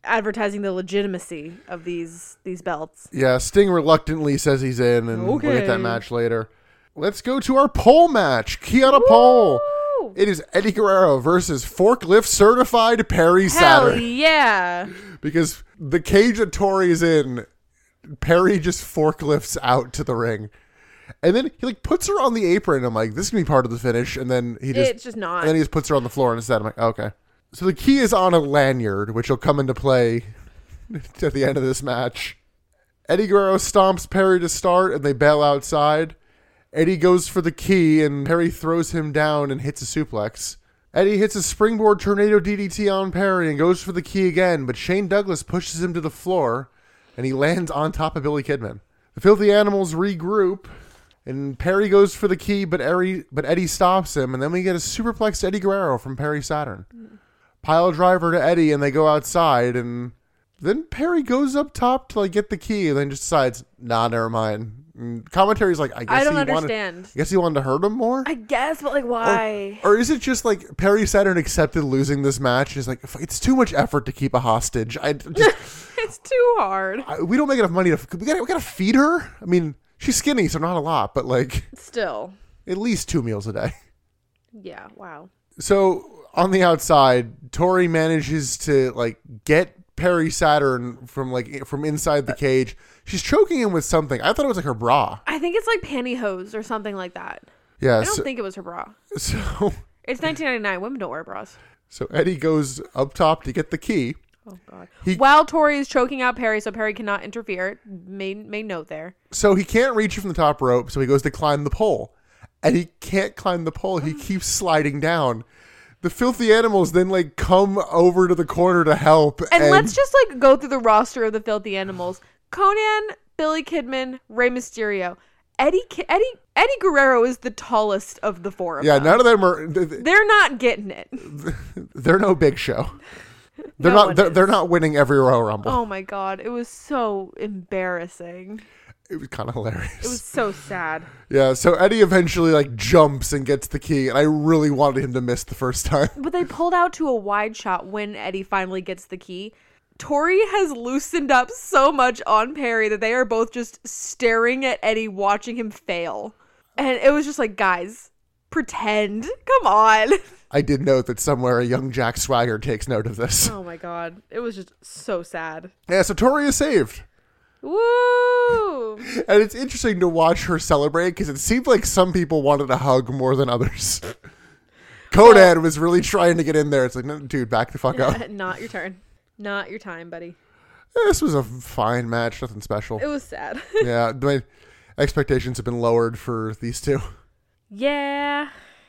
advertising the legitimacy of these these belts. yeah, Sting reluctantly says he's in, and we'll get that Okay. match later. Let's go to our pole match. Key on a pole. Woo! It is Eddie Guerrero versus forklift certified Perry Hell Saturn. yeah. because the cage that Tori is in, Perry just forklifts out to the ring, and then he like puts her on the apron. I'm like, this can be part of the finish, and then he just It's just not. and then he just puts her on the floor instead. I'm like, okay, So the key is on a lanyard, which will come into play at the end of this match. Eddie Guerrero stomps Perry to start, and they bail outside. Eddie goes for the key, and Perry throws him down and hits a suplex. Eddie hits a springboard tornado DDT on Perry and goes for the key again, but Shane Douglas pushes him to the floor, and he lands on top of Billy Kidman. The Filthy Animals regroup, and Perry goes for the key, but Eddie, but Eddie stops him, and then we get a superplex to Eddie Guerrero from Perry Saturn. Pile driver to Eddie, and they go outside, and then Perry goes up top to like get the key, and then just decides, nah, never mind. And commentary's like, I guess I don't he understand. wanted, I guess he wanted to hurt him more. I guess, but like, Oh. why? Or is it just like Perry Saturn accepted losing this match? And is like, "F- it's too much effort to keep a hostage. I just, it's too hard. I, we don't make enough money to. We gotta, we gotta feed her. I mean, she's skinny, so not a lot, but like Still. at least two meals a day. Yeah, wow. So on the outside, Tori manages to like get Perry Saturn from like i- from inside the cage. She's choking him with something. I thought it was like her bra. I think it's like pantyhose or something like that. Yeah. I don't so- think it was her bra. so It's 1999. Women don't wear bras. so Eddie goes up top to get the key. Oh god. He- While Tori is choking out Perry, so Perry cannot interfere. Main main note there. So he can't reach from the top rope, so he goes to climb the pole. And he can't climb the pole. Mm. He keeps sliding down. The filthy animals then like come over to the corner to help. And, let's just like go through the roster of the filthy animals: Conan, Billy Kidman, Rey Mysterio, Eddie Ki- Eddie Eddie Guerrero is the tallest of the four of yeah, them. none of them are. th- th- They're not getting it. They're no big show. They're No not. one They're, is. they're not winning every Royal Rumble. Oh my god, it was so embarrassing. It was kind of hilarious. It was so sad. yeah. So Eddie eventually like jumps and gets the key, and I really wanted him to miss the first time. But they pulled out to a wide shot when Eddie finally gets the key. Tori has loosened up so much on Perry that they are both just staring at Eddie, watching him fail. And it was just like, guys, pretend. Come on. I did note that somewhere a young Jack Swagger takes note of this. Oh my god. It was just so sad. Yeah. So Tori is saved. Woo! And it's interesting to watch her celebrate because it seemed like some people wanted a hug more than others. Conan was really trying to get in there. It's like, no, dude, back the fuck up. Not your turn. Not your time, buddy. this was a fine match, nothing special. It was sad. yeah, my expectations have been lowered for these two. Yeah,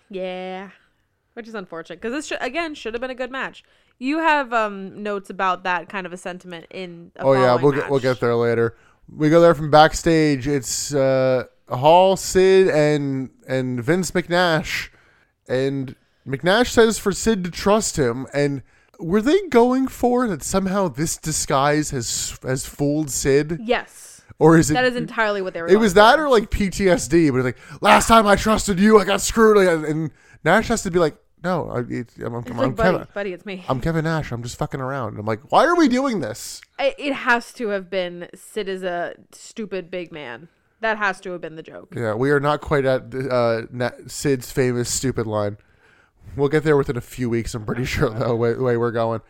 yeah, which is unfortunate because this should, again should have been a good match. You have um notes about that kind of a sentiment in. A Oh yeah, following we'll get we'll match. get there later. We go there from backstage. It's uh, Hall, Sid, and and Vince McNash, and McNash says for Sid to trust him. And were they going for that somehow this disguise has has fooled Sid, Yes, or is it? that is entirely what they were. it was that or like PTSD, but it's like last time I trusted you, I got screwed, Like, and Nash has to be like, no, I, it, I'm, I'm, It's I'm like, buddy, Kevin, buddy, it's me. I'm Kevin Nash, I'm just fucking around. I'm like, why are we doing this? I, it has to have been Sid is a stupid big man. That has to have been the joke. Yeah, we are not quite at uh, Na- Sid's famous stupid line. We'll get there within a few weeks, I'm pretty sure, though, way, the way we're going.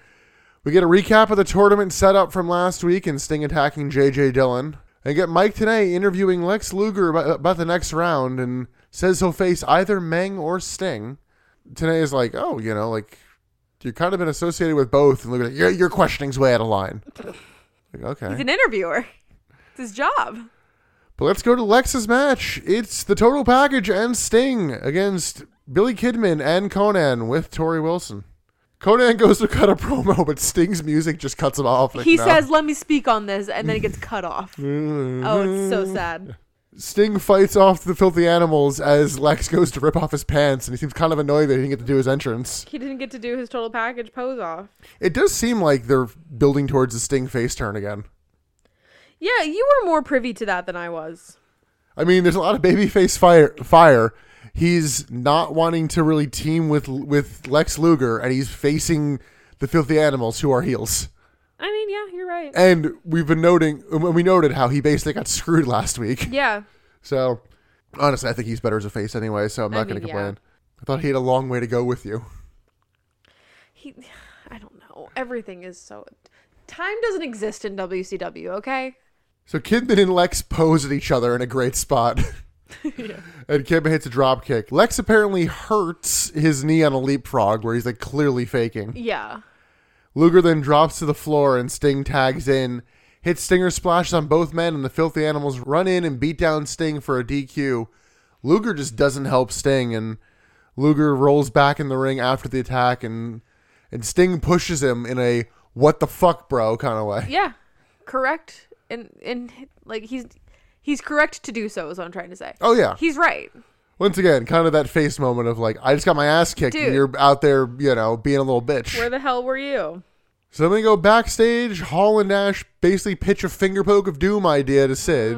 We get a recap of the tournament setup from last week and Sting attacking J.J. Dillon. And get Mike today interviewing Lex Luger about, about the next round and says he'll face either Meng or Sting. Today is like, oh, you know, like, you've kind of been associated with both. And Luger's like, your, your questioning's way out of line. Like, okay. He's an interviewer. It's his job. But let's go to Lex's match. It's the total package and Sting against Billy Kidman and Conan with Tori Wilson. Conan goes to cut a promo, but Sting's music just cuts him off. Like, He no. says, "Let me speak on this," and then he gets cut off. Oh, it's so sad. Mm-hmm. Sting fights off the filthy animals as Lex goes to rip off his pants, and he seems kind of annoyed that he didn't get to do his entrance. He didn't get to do his total package pose off. It does seem like they're building towards the Sting face turn again. Yeah, you were more privy to that than I was. I mean, there's a lot of babyface fire. Fire. He's not wanting to really team with with Lex Luger, and he's facing the filthy animals who are heels. I mean, yeah, you're right. And we've been noting, when we noted how he basically got screwed last week. Yeah, So honestly, I think he's better as a face anyway. So I'm not I going to mean, yeah. complain. I thought he had a long way to go with you. He, I don't know. Everything is so. Time doesn't exist in WCW. Okay. So Kidman and Lex pose at each other in a great spot. And Kemba hits a drop kick. Lex apparently hurts his knee on a leapfrog where he's like clearly faking. Yeah. Luger then drops to the floor and Sting tags in, hits Stinger splashes on both men, and the filthy animals run in and beat down Sting for a DQ. Luger just doesn't help Sting, and Luger rolls back in the ring after the attack, and and Sting pushes him in a "what the fuck, bro" kind of way. Yeah. Correct. And and like he's he's correct to do so is what I'm trying to say. Oh yeah. He's right. Once again, kind of that face moment of like, I just got my ass kicked, Dude. and you're out there, you know, being a little bitch. Where the hell were you? So then we go backstage. Hall and Nash basically pitch a finger poke of doom idea to Sid.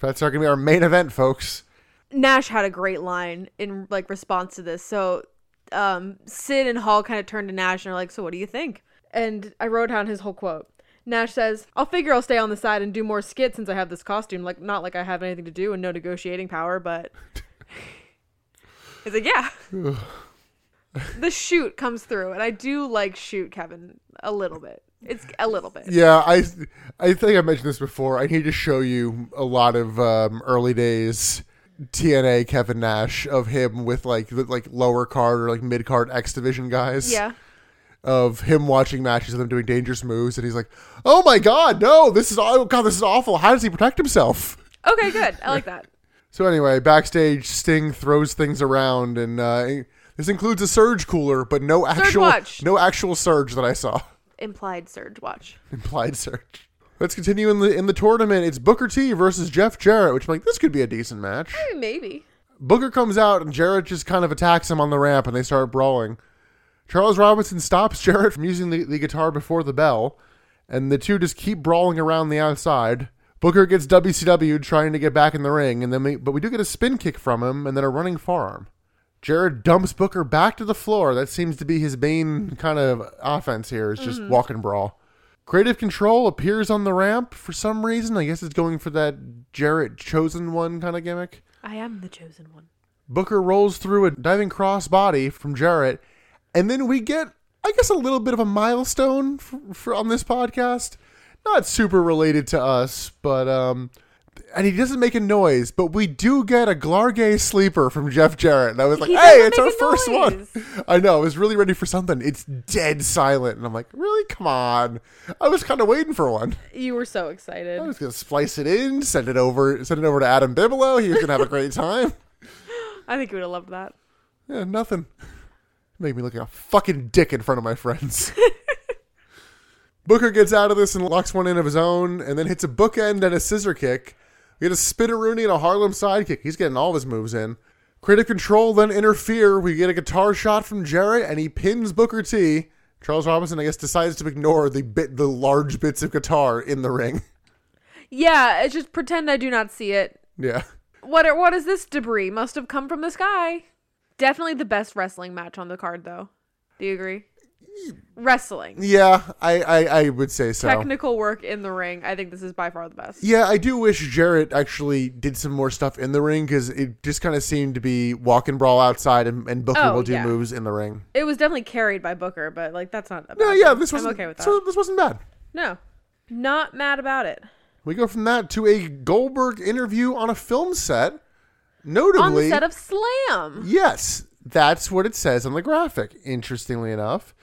That's not going to be our main event, folks. Nash had a great line in like response to this. So um Sid and Hall kind of turned to Nash and are like, "So what do you think?" And I wrote down his whole quote. Nash says, "I'll figure I'll stay on the side and do more skits since I have this costume. Like not like I have anything to do and no negotiating power, but." He's like, "Yeah." the shoot comes through, and I do like shoot Kevin a little bit. It's a little bit. Yeah, I, I think I mentioned this before. I need to show you a lot of um, early days TNA Kevin Nash of him with like with, like lower card or like mid card X division guys. Yeah. Of him watching matches of them doing dangerous moves, and he's like, "Oh my god, no! This is oh god, this is awful. How does he protect himself?" Okay, good. I like that. So anyway, backstage, Sting throws things around, and uh, this includes a surge cooler, but no actual watch. no actual surge that I saw. Implied surge watch. Implied surge. Let's continue in the in the tournament. It's Booker T versus Jeff Jarrett, which I'm like this could be a decent match. Maybe. Booker comes out and Jarrett just kind of attacks him on the ramp, and they start brawling. Charles Robinson stops Jarrett from using the, the guitar before the bell, and the two just keep brawling around the outside. Booker gets WCW trying to get back in the ring, and then we, but we do get a spin kick from him, and then a running forearm. Jared dumps Booker back to the floor. That seems to be his main kind of offense here is just walk and brawl. Creative Control appears on the ramp for some reason. I guess it's going for that Jarrett chosen one kind of gimmick. I am the chosen one. Booker rolls through a diving crossbody from Jarrett, and then we get, I guess, a little bit of a milestone for, for on this podcast. Not super related to us, but um, and he doesn't make a noise, but we do get a Glargay sleeper from Jeff Jarrett, and I was like, He "Hey, doesn't it's our make a first noise. one." I know I was really ready for something. It's dead silent, and I'm like, "Really? Come on!" I was kind of waiting for one. You were so excited. I was gonna splice it in, send it over, send it over to Adam Bigelow. He was gonna have a great time. I think you would have loved that. Yeah, nothing. Make me look like a fucking dick in front of my friends. Booker gets out of this and locks one in of his own, and then hits a bookend and a scissor kick. We get a spinneroonie and a Harlem sidekick. He's getting all of his moves in. Creative Control then interfere. We get a guitar shot from Jarrett, and he pins Booker T. Charles Robinson, I guess, decides to ignore the bit, the large bits of guitar in the ring. Yeah, it's just pretend I do not see it. yeah. What are, what is this debris? Must have come from the sky. Definitely the best wrestling match on the card, though. Do you agree? Wrestling. Yeah, I, I, I would say so. Technical work in the ring. I think this is by far the best. Yeah, I do wish Jarrett actually did some more stuff in the ring because it just kind of seemed to be walk and brawl outside, and, and Booker Oh, will do yeah. moves in the ring. It was definitely carried by Booker, but like that's not. A No, bad yeah, thing. this I'm wasn't okay with that. so this wasn't bad. no, not mad about it. We go from that to a Goldberg interview on a film set. On the Notably, set of Slam. yes, that's what it says on the graphic. Interestingly enough,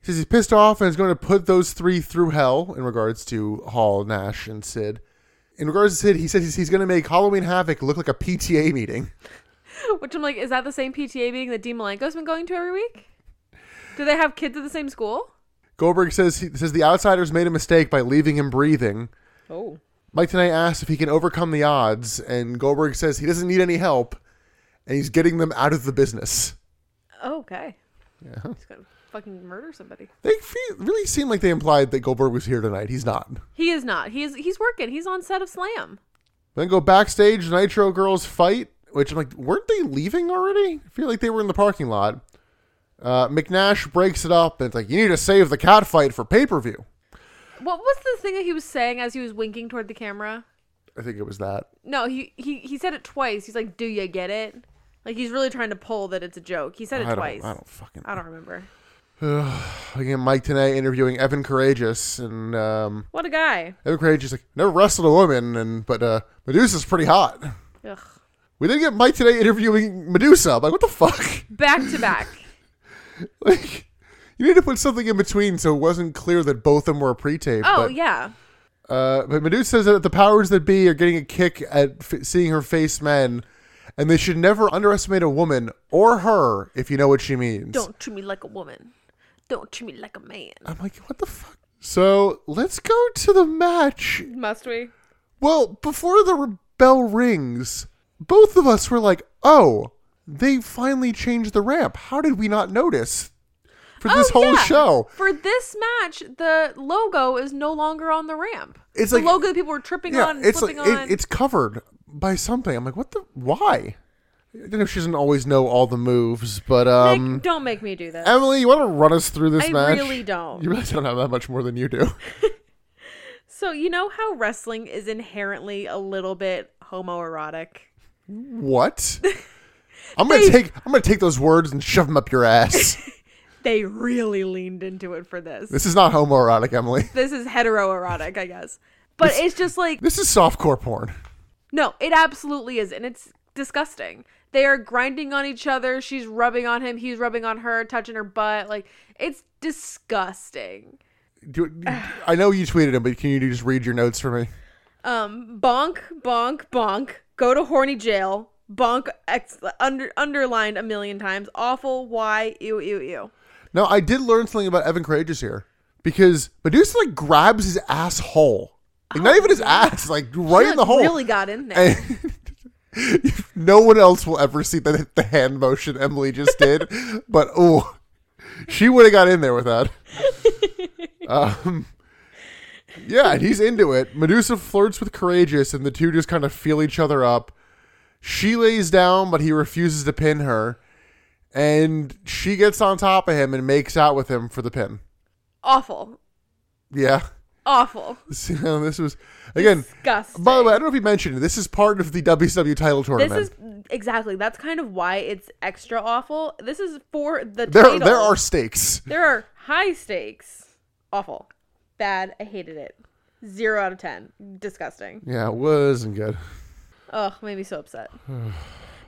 he says he's pissed off and is going to put those three through hell in regards to Hall, Nash, and Sid. In regards to Sid, he says he's- he's going to make Halloween Havoc look like a PTA meeting. Which I'm like, is that the same PTA meeting that Dean Malenko's been going to every week? Do they have kids at the same school? Goldberg says he says the outsiders made a mistake by leaving him breathing. Oh. Mike tonight asks if he can overcome the odds, and Goldberg says he doesn't need any help, and he's getting them out of the business. okay. Yeah. He's gonna fucking murder somebody. They fe- really seem like they implied that Goldberg was here tonight. He's not. He is not. He is. He's working. He's on set of Slam. Then go backstage. Nitro girls fight, which I'm like, weren't they leaving already? I feel like they were in the parking lot. Uh, McNash breaks it up, and it's like you need to save the cat fight for pay per view. What was the thing that he was saying as he was winking toward the camera? I think it was that. No, he he he said it twice. He's like, "Do you get it?" Like he's really trying to pull that it's a joke. He said it I don't. twice. I don't fucking. I don't remember. Again, Mike tonight interviewing Evan Courageous, and um, What a guy. Evan Courageous like never wrestled a woman, and but uh, Medusa's pretty hot. Ugh. We didn't get Mike today interviewing Medusa. I'm like, what the fuck? Back to back. like, you need to put something in between so it wasn't clear that both of them were pre-taped. Oh but, yeah. Uh, but Medusa says that the powers that be are getting a kick at f- seeing her face men, and they should never underestimate a woman or her if you know what she means. Don't treat me like a woman. Don't treat me like a man. I'm like, what the fuck? So let's go to the match. Must we? Well, before the bell rings, both of us were like, oh, they finally changed the ramp. How did we not notice for this Oh, whole yeah. show? For this match, the logo is no longer on the ramp. It's the like- logo that people were tripping Yeah, on and it's like flipping on. it, it's covered by something. I'm like, what the? Why? I don't know if she doesn't always know all the moves, but um, Nick, don't make me do this. Emily, you want to run us through this I match? really don't. You really don't have that much more than you do. So you know how wrestling is inherently a little bit homoerotic? what? I'm gonna take I'm gonna take those words and shove them up your ass. They really leaned into it for this. this is not homoerotic, Emily. This is heteroerotic, I guess. But it's just like This is softcore porn. no, it absolutely is and it's disgusting. They are grinding on each other. She's rubbing on him, he's rubbing on her, touching her butt. Like it's disgusting. Do, I know you tweeted him, but can you just read your notes for me? um bonk bonk bonk go to horny jail bonk ex- under underlined a million times awful why ew ew ew Now, I did learn something about Evan Courageous here because Medusa like grabs his asshole, like not even his ass, like right in the Oh, Like, hole. really got in there And no one else will ever see the, the hand motion Emily just did, but oh, she would have got in there with that. Um, yeah, and he's into it. Medusa flirts with Courageous, and the two just kind of feel each other up. She lays down, but he refuses to pin her, and she gets on top of him and makes out with him for the pin. awful Yeah, awful this, you know, this was again. disgusting By the way, I don't know if you mentioned it. This is part of the WCW title this tournament. is exactly that's kind of why it's extra awful this is for the there, title. there are stakes. there are high stakes awful bad i hated it zero out of ten disgusting Yeah, it wasn't good. Ugh, made me so upset.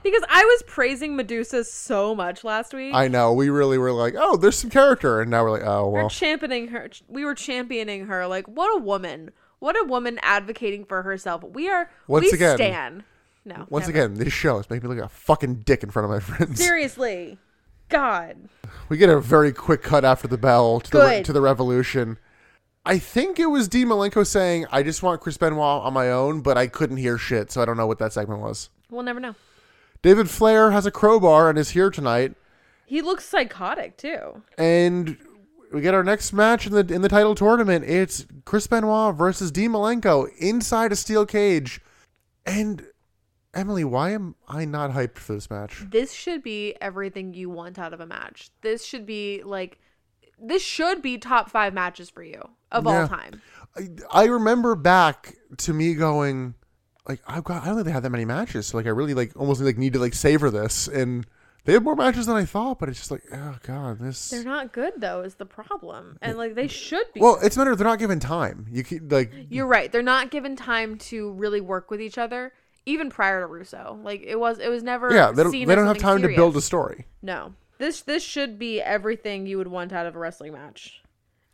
because I was praising Medusa so much last week. I know. We really were like, oh, there's some character, and now we're like, oh we were well. championing her. We were championing her. Like, what a woman! What a woman advocating for herself. We are Once we again- stan. No. Once never. again, this show is making me look like a fucking dick in front of my friends. Seriously, God. We get a very quick cut after the bell to, the, re- Good. to the revolution. I think it was D. Malenko saying, I just want Chris Benoit on my own, but I couldn't hear shit, so I don't know what that segment was. We'll never know. David Flair has a crowbar and is here tonight. He looks psychotic too. And we get our next match in the in the title tournament. It's Chris Benoit versus Dean Malenko inside a steel cage. And Emily, why am I not hyped for this match? This should be everything you want out of a match. This should be like, this should be top five matches for you of Yeah. all time. I, I remember back to me going like I've got I don't think they had that many matches, so like I really like almost like need to like savor this and they have more matches than I thought, but it's just like oh god, this They're not good though, is the problem. And like they should be. Well, it's a matter of they're not given time. You keep like You're right. They're not given time to really work with each other, even prior to Russo. Like it was, it was never. yeah, they don't, seen they as don't have something time serious. to build a story. No, this this should be everything you would want out of a wrestling match,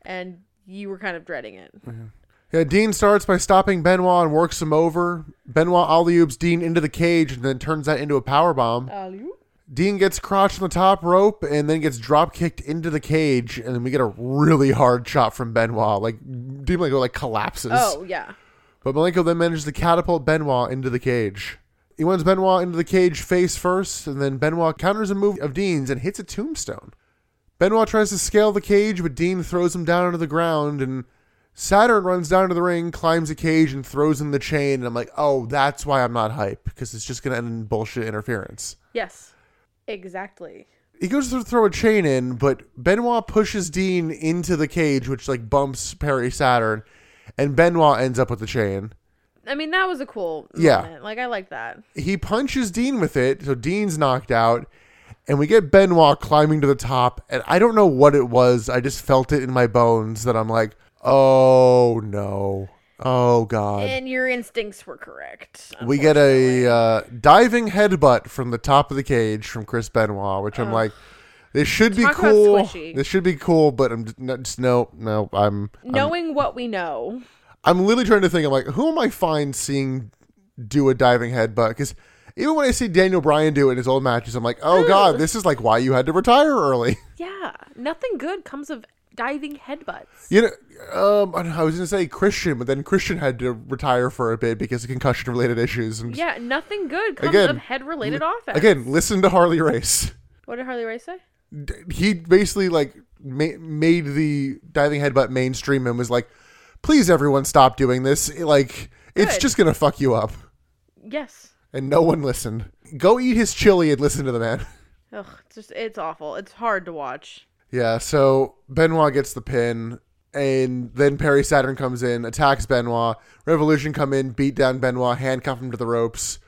and you were kind of dreading it. Mm-hmm. Yeah, Dean starts by stopping Benoit and works him over. Benoit alley-oops Dean into the cage and then turns that into a power bomb. Dean gets crotched on the top rope and then gets drop kicked into the cage, and then we get a really hard shot from Benoit. Like Dean Malenko like collapses, Oh yeah, but Malenko then manages to catapult Benoit into the cage. He runs Benoit into the cage face first, and then Benoit counters a move of Dean's and hits a tombstone. Benoit tries to scale the cage, but Dean throws him down onto the ground, and Saturn runs down to the ring, climbs the cage, and throws in the chain. And I'm like, oh, that's why I'm not hype, because it's just going to end in bullshit interference. yes, exactly. He goes to throw a chain in, but Benoit pushes Dean into the cage, which like bumps Perry Saturn, and Benoit ends up with the chain. I mean, that was a cool. Yeah. moment. like I like that. He punches Dean with it, so Dean's knocked out, And we get Benoit climbing to the top, and I don't know what it was. I just felt it in my bones that I'm like, oh no. Oh god. And your instincts were correct. we get a uh, diving headbutt from the top of the cage from Chris Benoit, which I'm like, this should be Talk about cool. squishy. This should be cool, but I'm just, no, just no, no. I'm Knowing what we know, I'm literally trying to think. I'm like, who am I fine seeing do a diving headbutt? Because even when I see Daniel Bryan do it in his old matches, I'm like, oh god, this is like why you had to retire early. yeah, nothing good comes of diving headbutts. You know, um, I was gonna say Christian, but then Christian had to retire for a bit because of concussion related issues. And Yeah, nothing good comes Again, of head-related offense. again, listen to Harley Race. what did Harley Race say? D- He basically like ma- made the diving headbutt mainstream and was like, please everyone stop doing this. It, like it's Good. just gonna fuck you up. Yes. And no one listened. Go eat his chili and listen to the man. Ugh, it's just it's awful. It's hard to watch. Yeah, so Benoit gets the pin, and then Perry Saturn comes in, attacks Benoit. Revolution come in, beat down Benoit, handcuff him to the ropes.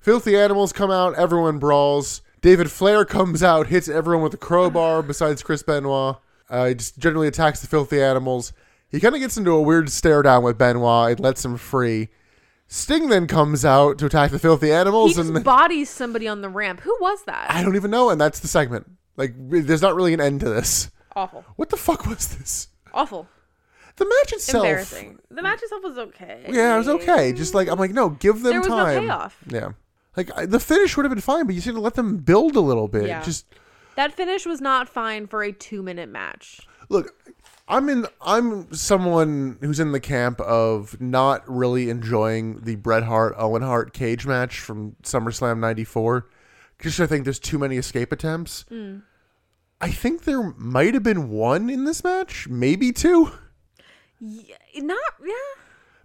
Filthy animals come out, everyone brawls. David Flair comes out, hits everyone with a crowbar besides Chris Benoit. Uh, he just generally attacks the filthy animals. He kind of gets into a weird stare down with Benoit. It lets him free. Sting then comes out to attack the filthy He animals, just and bodies somebody on the ramp. Who was that? I don't even know. And that's the segment. Like, there's not really an end to this. Awful. What the fuck was this? Awful. The match itself. Embarrassing. The match itself was okay. Mm. Yeah, it was okay. Just like I'm like, no, give them There was no time. payoff. Yeah, like I, the finish would have been fine, but you should have let them build a little bit. Yeah. Just That finish was not fine for a two-minute match. look, I'm in. I'm someone who's in the camp of not really enjoying the Bret Hart Owen Hart cage match from SummerSlam '94. Just 'cause I think there's too many escape attempts. Mm. I think there might have been one in this match, maybe two. Yeah, not yeah.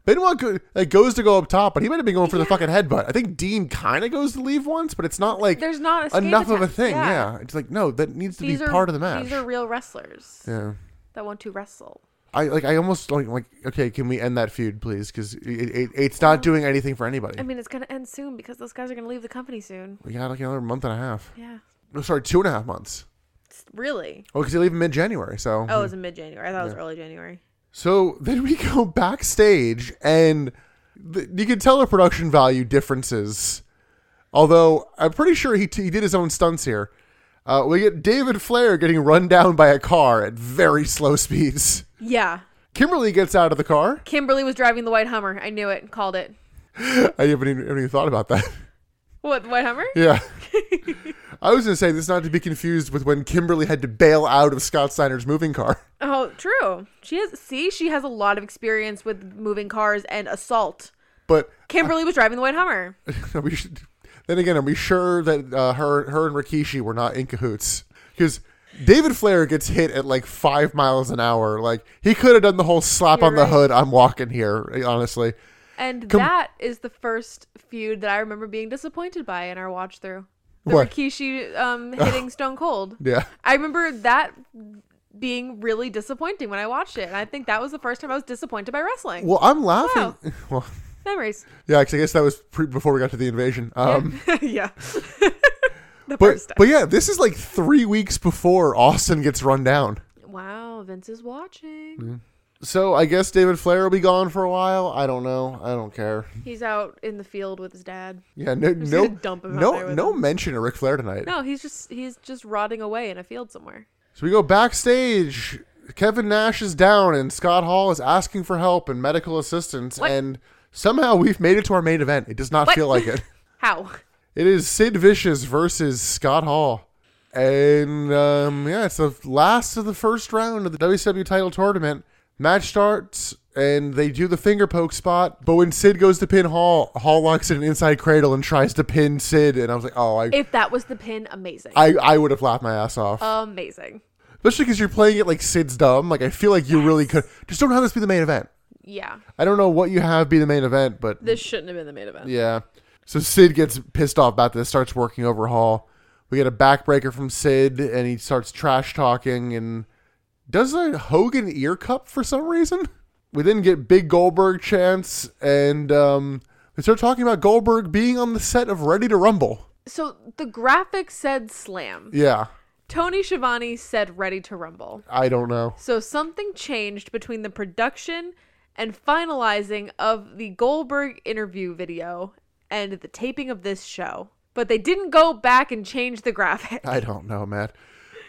Benoit go, like, goes to go up top, but he might have been going for the fucking headbutt. I think Dean kind of goes to leave once, but it's not like There's not escape enough of a attempts, thing. yeah. Yeah. it's like no, that needs to These be are part of the match. These are real wrestlers yeah, that want to wrestle. I like. I almost like like okay, can we end that feud, please? Because it, it, it's not doing anything for anybody. Um, I mean, it's gonna end soon because those guys are gonna leave the company soon. we got like another month and a half. Yeah, No, sorry, two and a half months. It's- really. Oh, because they leave in mid-January, so Oh, it was in mid-January. I thought it was early January. So then we go backstage, and th- you can tell the production value differences. Although I'm pretty sure he, t- he did his own stunts here. Uh, we get David Flair getting run down by a car at very slow speeds. Yeah, Kimberly gets out of the car. Kimberly was driving the white Hummer. I knew it. Called it. I haven't even, haven't even thought about that. What the white Hummer? yeah. I was going to say this not to be confused with when Kimberly had to bail out of Scott Steiner's moving car. Oh, true. She has. See, she has a lot of experience with moving cars and assault. But Kimberly was driving the white Hummer. Are we should, then again, are we sure that uh, her, her and Rikishi were not in cahoots? Because David Flair gets hit at like five miles an hour. Like he could have done the whole slap You're on the right. hood. I'm walking here, honestly. And Com- that is the first feud that I remember being disappointed by in our watch through. The What? Rikishi um, hitting Stone Cold. Yeah, I remember that being really disappointing when I watched it. And I think that was the first time I was disappointed by wrestling. well, I'm laughing. Wow. Well, Memories. yeah, 'cause I guess that was pre- before we got to the invasion. Um, yeah. the but first time. but yeah, this is like three weeks before Austin gets run down. Wow, Vince is watching. Mm. So I guess David Flair will be gone for a while. I don't know. I don't care. He's out in the field with his dad. Yeah, no, no, gonna dump him out there no, with no him. mention of Ric Flair tonight. No, he's just he's just rotting away in a field somewhere. So we go backstage. Kevin Nash is down, and Scott Hall is asking for help and medical assistance. What? And somehow we've made it to our main event. It does not What? feel like it. How? It is Sid Vicious versus Scott Hall. And um, yeah, it's the last of the first round of the WCW title tournament. Match starts, and they do the finger poke spot. But when Sid goes to pin Hall, Hall locks in an inside cradle and tries to pin Sid. And I was like, oh, I, If that was the pin, amazing. I, I would have laughed my ass off. amazing. Especially because you're playing it like Sid's dumb. Like I feel like you really could. Just don't have this be the main event. Yeah. I don't know what you have be the main event, but This shouldn't have been the main event. yeah. So Sid gets pissed off about this, starts working over Hall. We get a backbreaker from Sid, and he starts trash talking and does a Hogan ear cup for some reason. We then get big Goldberg chants, and um, they start talking about Goldberg being on the set of Ready to Rumble. So the graphic said slam. Yeah, Tony Schiavone said ready to rumble. I don't know. So something changed between the production and finalizing of the Goldberg interview video and the taping of this show. But they didn't go back and change the graphic. I don't know, Matt.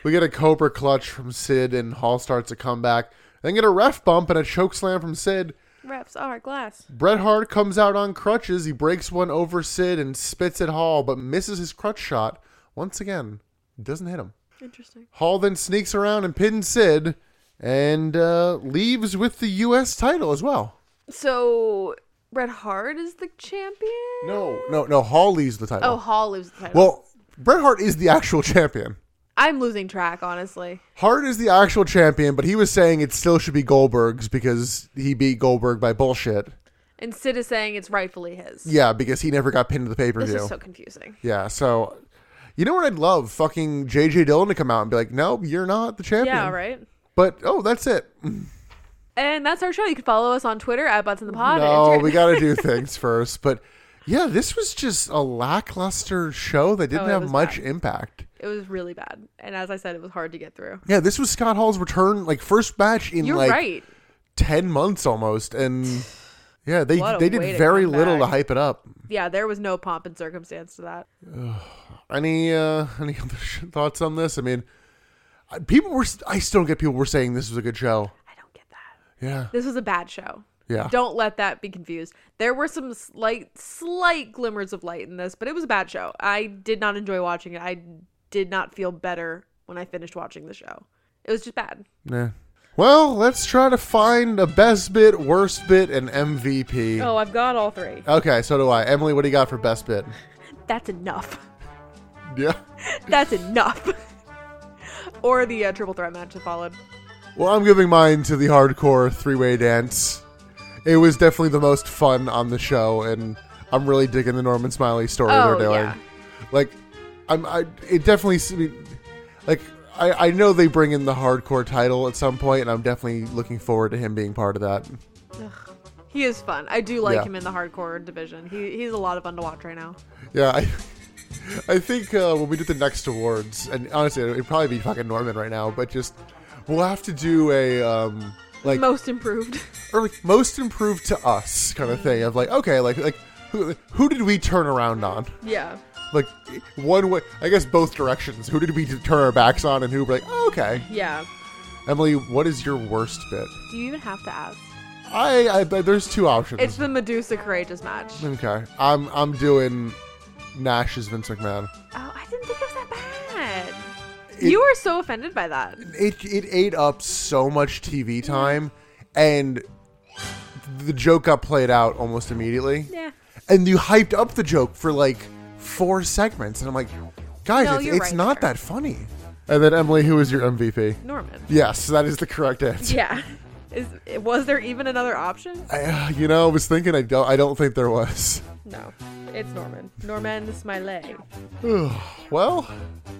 We get a Cobra clutch from Sid, and Hall starts a comeback. Then get a ref bump and a choke slam from Sid. Reps are glass. Bret Hart comes out on crutches. He breaks one over Sid and spits at Hall, but misses his crutch shot once again. Doesn't hit him. Interesting. Hall then sneaks around and pins Sid, and uh, leaves with the U.S. title as well. So Bret Hart is the champion. No, no, no. Hall leaves the Oh, title. Hall loses the title. Well, Bret Hart is the actual champion. I'm losing track, honestly. Hart is the actual champion, but he was saying it still should be Goldberg's because he beat Goldberg by bullshit. And Sid is saying it's rightfully his. Yeah, because he never got pinned to the pay per This view. is so confusing. yeah, so you know what I'd love? Fucking JJ Dillon to come out and be like, "No, you're not the champion." Yeah, right. But oh, that's it. And that's our show. You can follow us on Twitter at Butts in the Pod. No, and we got to do things first. But yeah, this was just a lackluster show that didn't Oh, it have was much impact. it was really bad. And as I said, it was hard to get through. Yeah, this was Scott Hall's return, like first match in You're like right. ten months almost, and yeah, they What a they way did to very come little to back. hype it up. Yeah, there was no pomp and circumstance to that. Any uh any other sh- thoughts on this? I mean, I- people were s- I still don't get people were saying this was a good show. I don't get that. Yeah, This was a bad show. yeah. Don't let that be confused. There were some slight, slight glimmers of light in this, but it was a bad show. I did not enjoy watching it. I did not feel better when I finished watching the show. It was just bad. Nah. Well, let's try to find a best bit, worst bit, and MVP. Oh, I've got all three. Okay, so do I. Emily, what do you got for best bit? That's enough. Yeah. That's enough. or the uh, triple threat match that followed. Well, I'm giving mine to the hardcore three way dance. It was definitely the most fun on the show, and I'm really digging the Norman Smiley story Oh, they're doing. yeah. Like, I'm, I, it definitely, s- I mean, like, I, I know they bring in the hardcore title at some point, and I'm definitely looking forward to him being part of that. He is fun. I do like Yeah. him in the hardcore division. He, he's a lot of fun to watch right now. Yeah, I, I think uh, when we do the next awards, and honestly, it'd probably be fucking Norman right now, but just, we'll have to do a, um, like, Most improved. or like most improved to us kind Mm. of thing of like okay like like who, who did we turn around on yeah. like one way i guess both directions who did we turn our backs on and who were like oh, okay Yeah. emily what is your worst bit Do you even have to ask? i i but there's two options It's the Medusa Courageous match. Oh, okay i'm i'm doing nash's vince mcmahon Oh, I didn't think it was that bad. It- you were so offended by that. it it ate up so much Mm. tv time and the joke got played out almost immediately Yeah. and you hyped up the joke for like four segments, and I'm like, guys, No, it's, you're it's right not there. that funny. And then Emily, who is your MVP? Norman. Yes, that is the correct answer. Yeah. Is was there even another option? I, uh, you know, I was thinking, I don't, I don't think there was. No, it's Norman. Norman Smiley. Well,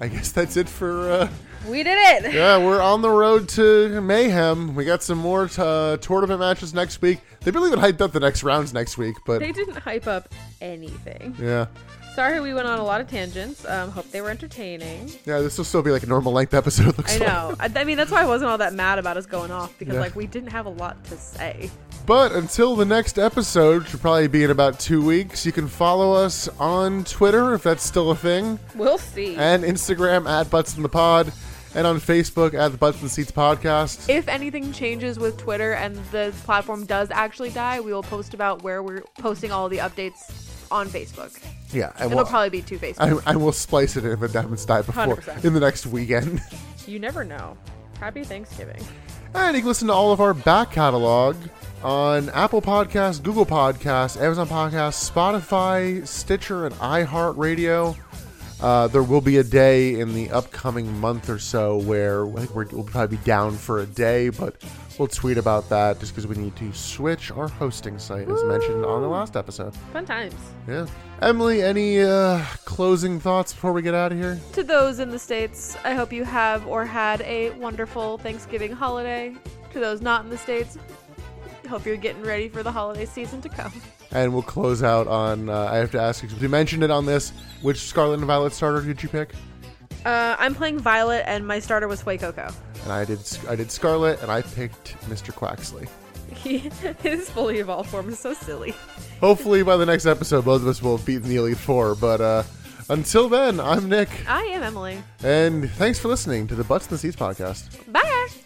I guess that's it for. Uh, We did it. yeah, we're on the road to mayhem. We got some more t- uh, tournament matches next week. They really even hyped up the next rounds next week, but They didn't hype up anything. yeah, Sorry, we went on a lot of tangents. Um, hope they were entertaining. yeah, this will still be like a normal length episode. it Looks I like. know. I, I mean, that's why I wasn't all that mad about us going off because Yeah. like we didn't have a lot to say. But until the next episode, which will probably be in about two weeks, you can follow us on Twitter if that's still a thing, We'll see. and Instagram at Butts in the Pod, and on Facebook at the Butts in the Seats Podcast. If anything changes with Twitter and the platform does actually die, we will post about where we're posting all the updates on Facebook. yeah, and It'll we'll, probably be two Facebook. I, I will splice it if it happens to die before 100%. in the next weekend. You never know. Happy Thanksgiving. And you can listen to all of our back catalog on Apple Podcasts, Google Podcasts, Amazon Podcasts, Spotify, Stitcher, and iHeartRadio. Uh, there will be a day in the upcoming month or so where I think we're, we'll probably be down for a day, but we'll tweet about that just because we need to switch our hosting site, as mentioned on the last episode. Fun times. Yeah. Emily, any uh, closing thoughts before we get out of here? To those in the States, I hope you have or had a wonderful Thanksgiving holiday. To those not in the States, Hope you're getting ready for the holiday season to come. And we'll close out on. Uh, I have to ask you, 'cause we mentioned it on this. Which Scarlet and Violet starter did you pick? Uh, I'm playing Violet, and my starter was Fuecoco. Coco. And I did. I did Scarlet, and I picked Mr. Quaxley. He his fully evolved form is so silly. Hopefully, by the next episode, both of us will have beaten the Elite Four. But uh, until then, I'm Nick, I am Emily. and thanks for listening to the Butts in the Seats podcast. Bye.